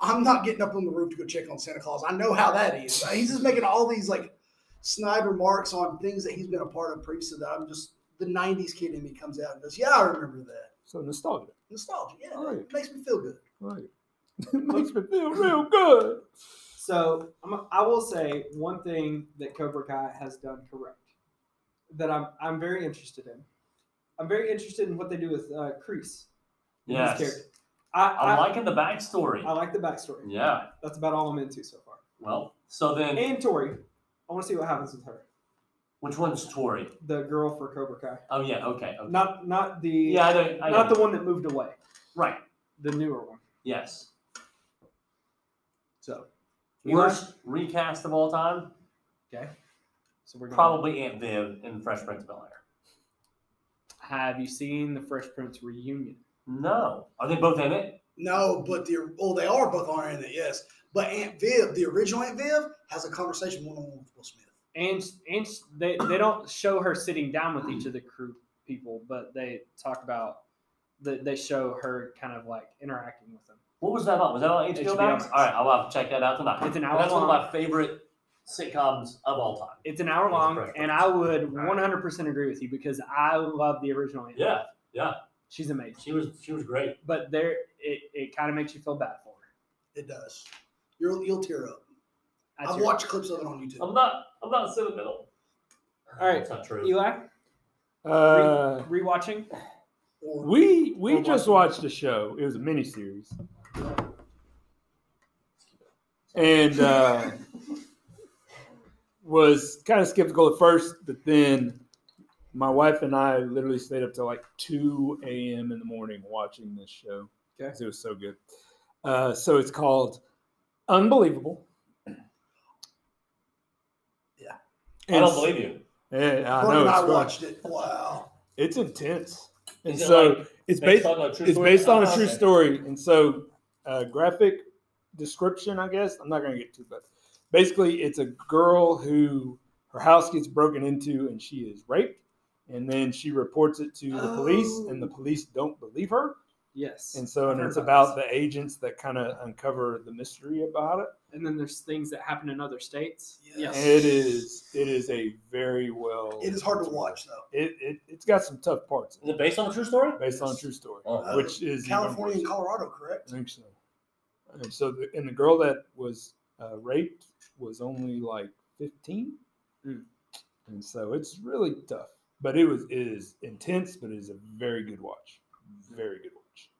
[SPEAKER 1] "I'm not getting up on the roof to go check on Santa Claus. I know how that is." He's just making all these like snide remarks on things that he's been a part of previously. That I'm just the '90s kid in me comes out and goes, "Yeah, I remember that
[SPEAKER 2] So nostalgia.
[SPEAKER 1] nostalgia. Yeah,
[SPEAKER 2] Right.
[SPEAKER 1] it makes me feel good."
[SPEAKER 2] Right. it makes me feel real good.
[SPEAKER 3] So I'm, I will say one thing that Cobra Kai has done correct that I'm I'm very interested in. I'm very interested in what they do with uh, Crease. with his
[SPEAKER 4] Yes.
[SPEAKER 3] character. I, I,
[SPEAKER 4] I'm liking the backstory.
[SPEAKER 3] I like the backstory.
[SPEAKER 4] Yeah.
[SPEAKER 3] That's about all I'm into so far.
[SPEAKER 4] Well, so then,
[SPEAKER 3] And Tori, I want to see what happens with her,
[SPEAKER 4] which one's Tori?
[SPEAKER 3] the girl for Cobra Kai.
[SPEAKER 4] Oh yeah. Okay. okay.
[SPEAKER 3] Not not the
[SPEAKER 4] Yeah. I don't. I
[SPEAKER 3] not
[SPEAKER 4] don't.
[SPEAKER 3] the one that moved away,
[SPEAKER 4] Right.
[SPEAKER 3] the newer one.
[SPEAKER 4] Yes.
[SPEAKER 3] So Eli?
[SPEAKER 4] Worst recast of all time?
[SPEAKER 3] okay, so we're going
[SPEAKER 4] Probably Aunt Viv in Fresh Prince of Bel Air.
[SPEAKER 3] Have you seen the Fresh Prince reunion?
[SPEAKER 4] No. Are they both in it?
[SPEAKER 1] No, but the well, they are both are in it, yes. But Aunt Viv, the original Aunt Viv, has a conversation one on one with Will Smith.
[SPEAKER 3] and and sh- they they don't show her sitting down with each of the crew people, but they talk about that they show her kind of like interacting with them.
[SPEAKER 4] What was that on? Was that on HBO,
[SPEAKER 3] HBO
[SPEAKER 4] Max?
[SPEAKER 3] Max.
[SPEAKER 4] All right, I'll have to check that out tonight.
[SPEAKER 3] It's an
[SPEAKER 4] But
[SPEAKER 3] hour
[SPEAKER 4] That's one
[SPEAKER 3] long.
[SPEAKER 4] of my favorite sitcoms of all time.
[SPEAKER 3] It's an hour
[SPEAKER 4] It's a
[SPEAKER 3] long,
[SPEAKER 4] preference.
[SPEAKER 3] and I would one hundred percent agree with you because I love the original. Anna.
[SPEAKER 4] Yeah, yeah.
[SPEAKER 3] she's amazing,
[SPEAKER 4] She was she was great.
[SPEAKER 3] but there it, it kind of makes you feel bad for her.
[SPEAKER 1] It does. You'll you'll tear up.
[SPEAKER 3] I
[SPEAKER 1] I've
[SPEAKER 3] tear-
[SPEAKER 1] watched clips of it on YouTube.
[SPEAKER 2] Oh,
[SPEAKER 4] I'm not I'm not sentimental.
[SPEAKER 3] All right,
[SPEAKER 4] That's not true.
[SPEAKER 3] Eli
[SPEAKER 2] Uh,
[SPEAKER 3] rewatching.
[SPEAKER 1] Or
[SPEAKER 2] we we
[SPEAKER 3] Or
[SPEAKER 2] just watched a show. It was a mini series. And uh, was kind of skeptical at first, but then my wife and I literally stayed up till like 2 a.m. in the morning watching this show.
[SPEAKER 3] Okay.
[SPEAKER 2] 'cause It was so good. Uh, so it's called Unbelievable.
[SPEAKER 1] Yeah.
[SPEAKER 4] I don't
[SPEAKER 2] It's-
[SPEAKER 4] believe you.
[SPEAKER 2] Yeah, I
[SPEAKER 1] Brooke
[SPEAKER 2] know.
[SPEAKER 1] and
[SPEAKER 2] It's,
[SPEAKER 1] I
[SPEAKER 2] rough.
[SPEAKER 1] watched it. Wow.
[SPEAKER 2] it's intense. And
[SPEAKER 4] Is it
[SPEAKER 2] so
[SPEAKER 4] like
[SPEAKER 2] it's based
[SPEAKER 4] on a true
[SPEAKER 2] it's
[SPEAKER 4] story?
[SPEAKER 2] based on a
[SPEAKER 4] Oh,
[SPEAKER 2] true
[SPEAKER 4] okay.
[SPEAKER 2] story, and so uh, graphic description, I guess. I'm not going to get too much. Basically, it's a girl who her house gets broken into, and she is raped, and then she reports it to the police, and the
[SPEAKER 1] Oh.
[SPEAKER 2] police don't believe her,
[SPEAKER 3] Yes,
[SPEAKER 2] and so and
[SPEAKER 3] Heard
[SPEAKER 2] it's
[SPEAKER 3] about
[SPEAKER 2] about the agents that kind of uncover the mystery about it.
[SPEAKER 3] and then there's things that happen in other states.
[SPEAKER 1] Yes.
[SPEAKER 3] Yes,
[SPEAKER 2] And it is it is a very well.
[SPEAKER 1] It is hard to watch though.
[SPEAKER 2] It, it it's got some tough parts
[SPEAKER 4] Is it based on a true story?
[SPEAKER 2] based on a true story,
[SPEAKER 4] Oh.
[SPEAKER 2] which is even
[SPEAKER 1] Uh, California
[SPEAKER 2] worse.
[SPEAKER 1] and Colorado,
[SPEAKER 2] I
[SPEAKER 1] correct?
[SPEAKER 2] think so. And so, the, and the girl that was uh, raped was only like 15, Hmm.
[SPEAKER 3] Mm.
[SPEAKER 2] and so it's really tough. But it was it is intense, but it is a very good watch, very good watch.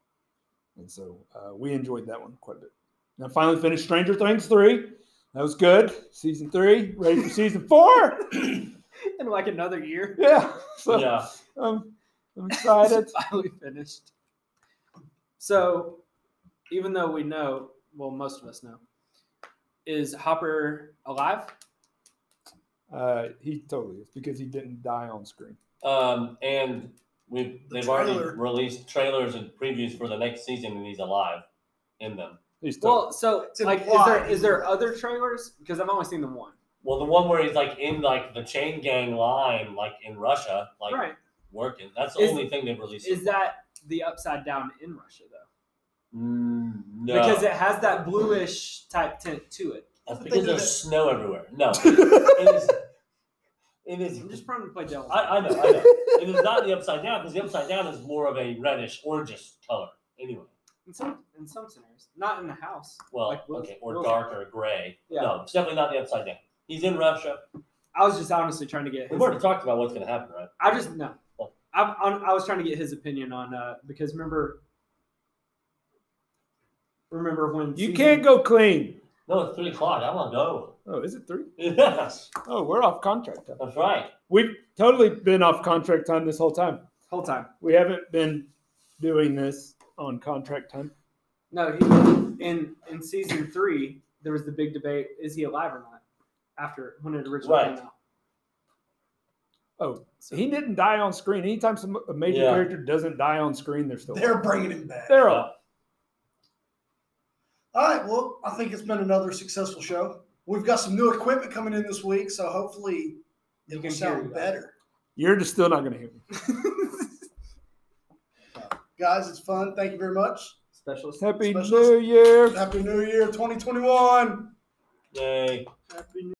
[SPEAKER 2] And so uh, we enjoyed that one quite a bit. And I finally finished Stranger Things three. That was good. Season three, ready for season four.
[SPEAKER 3] in like another year.
[SPEAKER 2] Yeah. So
[SPEAKER 4] yeah.
[SPEAKER 2] um, I'm excited.
[SPEAKER 3] It's finally finished. So, even though we know, well, most of us know, is Hopper alive?
[SPEAKER 2] Uh, he totally is because he didn't die on screen.
[SPEAKER 4] Um, and we
[SPEAKER 1] The
[SPEAKER 4] they've
[SPEAKER 1] trailer.
[SPEAKER 4] already released trailers and previews for the next season, and he's alive in them.
[SPEAKER 2] He's totally.
[SPEAKER 3] Well, so
[SPEAKER 1] It's
[SPEAKER 3] like, is there
[SPEAKER 1] implied.
[SPEAKER 3] is there other trailers? Because I've only seen the one.
[SPEAKER 4] Well, the one where he's like in like the chain gang line, like in Russia, like
[SPEAKER 3] right?
[SPEAKER 4] working. That's the
[SPEAKER 3] Is-
[SPEAKER 4] only thing they've released.
[SPEAKER 3] Is that the upside down in Russia though?
[SPEAKER 4] Mm, no,
[SPEAKER 3] Because it has that bluish type tint to it.
[SPEAKER 4] That's
[SPEAKER 1] They
[SPEAKER 4] because
[SPEAKER 1] do
[SPEAKER 4] there's
[SPEAKER 1] that-
[SPEAKER 4] snow everywhere. No, it is. It is.
[SPEAKER 3] I'm just trying to play devil's.
[SPEAKER 4] I, I know. I know. It is not the upside down because the upside down is more of a reddish, orangish color. Anyway,
[SPEAKER 3] in some in some scenarios, not in the house.
[SPEAKER 4] well,
[SPEAKER 3] Like Will's-
[SPEAKER 4] okay, or
[SPEAKER 3] Will's-
[SPEAKER 4] dark or gray.
[SPEAKER 3] Yeah.
[SPEAKER 4] No, it's definitely not the upside down. He's in Russia.
[SPEAKER 3] I was just honestly trying to get.
[SPEAKER 4] We've
[SPEAKER 3] His,
[SPEAKER 4] already talked about what's going to happen, right?
[SPEAKER 3] I just no.
[SPEAKER 2] Oh.
[SPEAKER 3] I'm on, I was trying to get his opinion on uh, because remember, remember when
[SPEAKER 2] You
[SPEAKER 3] season-
[SPEAKER 2] can't go clean.
[SPEAKER 4] No, it's three o'clock. I want to go.
[SPEAKER 2] Oh, is it three?
[SPEAKER 4] Yes,
[SPEAKER 2] Oh, we're off contract time.
[SPEAKER 4] that's right.
[SPEAKER 2] We've totally been off contract time this whole time.
[SPEAKER 3] whole time.
[SPEAKER 2] We haven't been doing this on contract time.
[SPEAKER 3] No, he in in season three there was the big debate: is he alive or not? After when it originally
[SPEAKER 4] Right.
[SPEAKER 3] came out.
[SPEAKER 2] Oh, so he didn't die on screen. Anytime some a major
[SPEAKER 4] Yeah.
[SPEAKER 2] character doesn't die on screen, they're still
[SPEAKER 1] They're bringing him back.
[SPEAKER 2] they're all
[SPEAKER 1] All right. Well, I think it's been another successful show. We've got some new equipment coming in this week, so hopefully
[SPEAKER 3] You
[SPEAKER 1] it
[SPEAKER 3] can
[SPEAKER 1] will
[SPEAKER 3] hear
[SPEAKER 1] sound
[SPEAKER 3] you.
[SPEAKER 1] better.
[SPEAKER 2] You're just still not going to hear me.
[SPEAKER 1] Guys, it's fun. Thank you very much.
[SPEAKER 3] Special
[SPEAKER 2] Happy
[SPEAKER 1] Specialist.
[SPEAKER 2] New Year.
[SPEAKER 1] Happy New Year 2021.
[SPEAKER 4] Yay.
[SPEAKER 3] Happy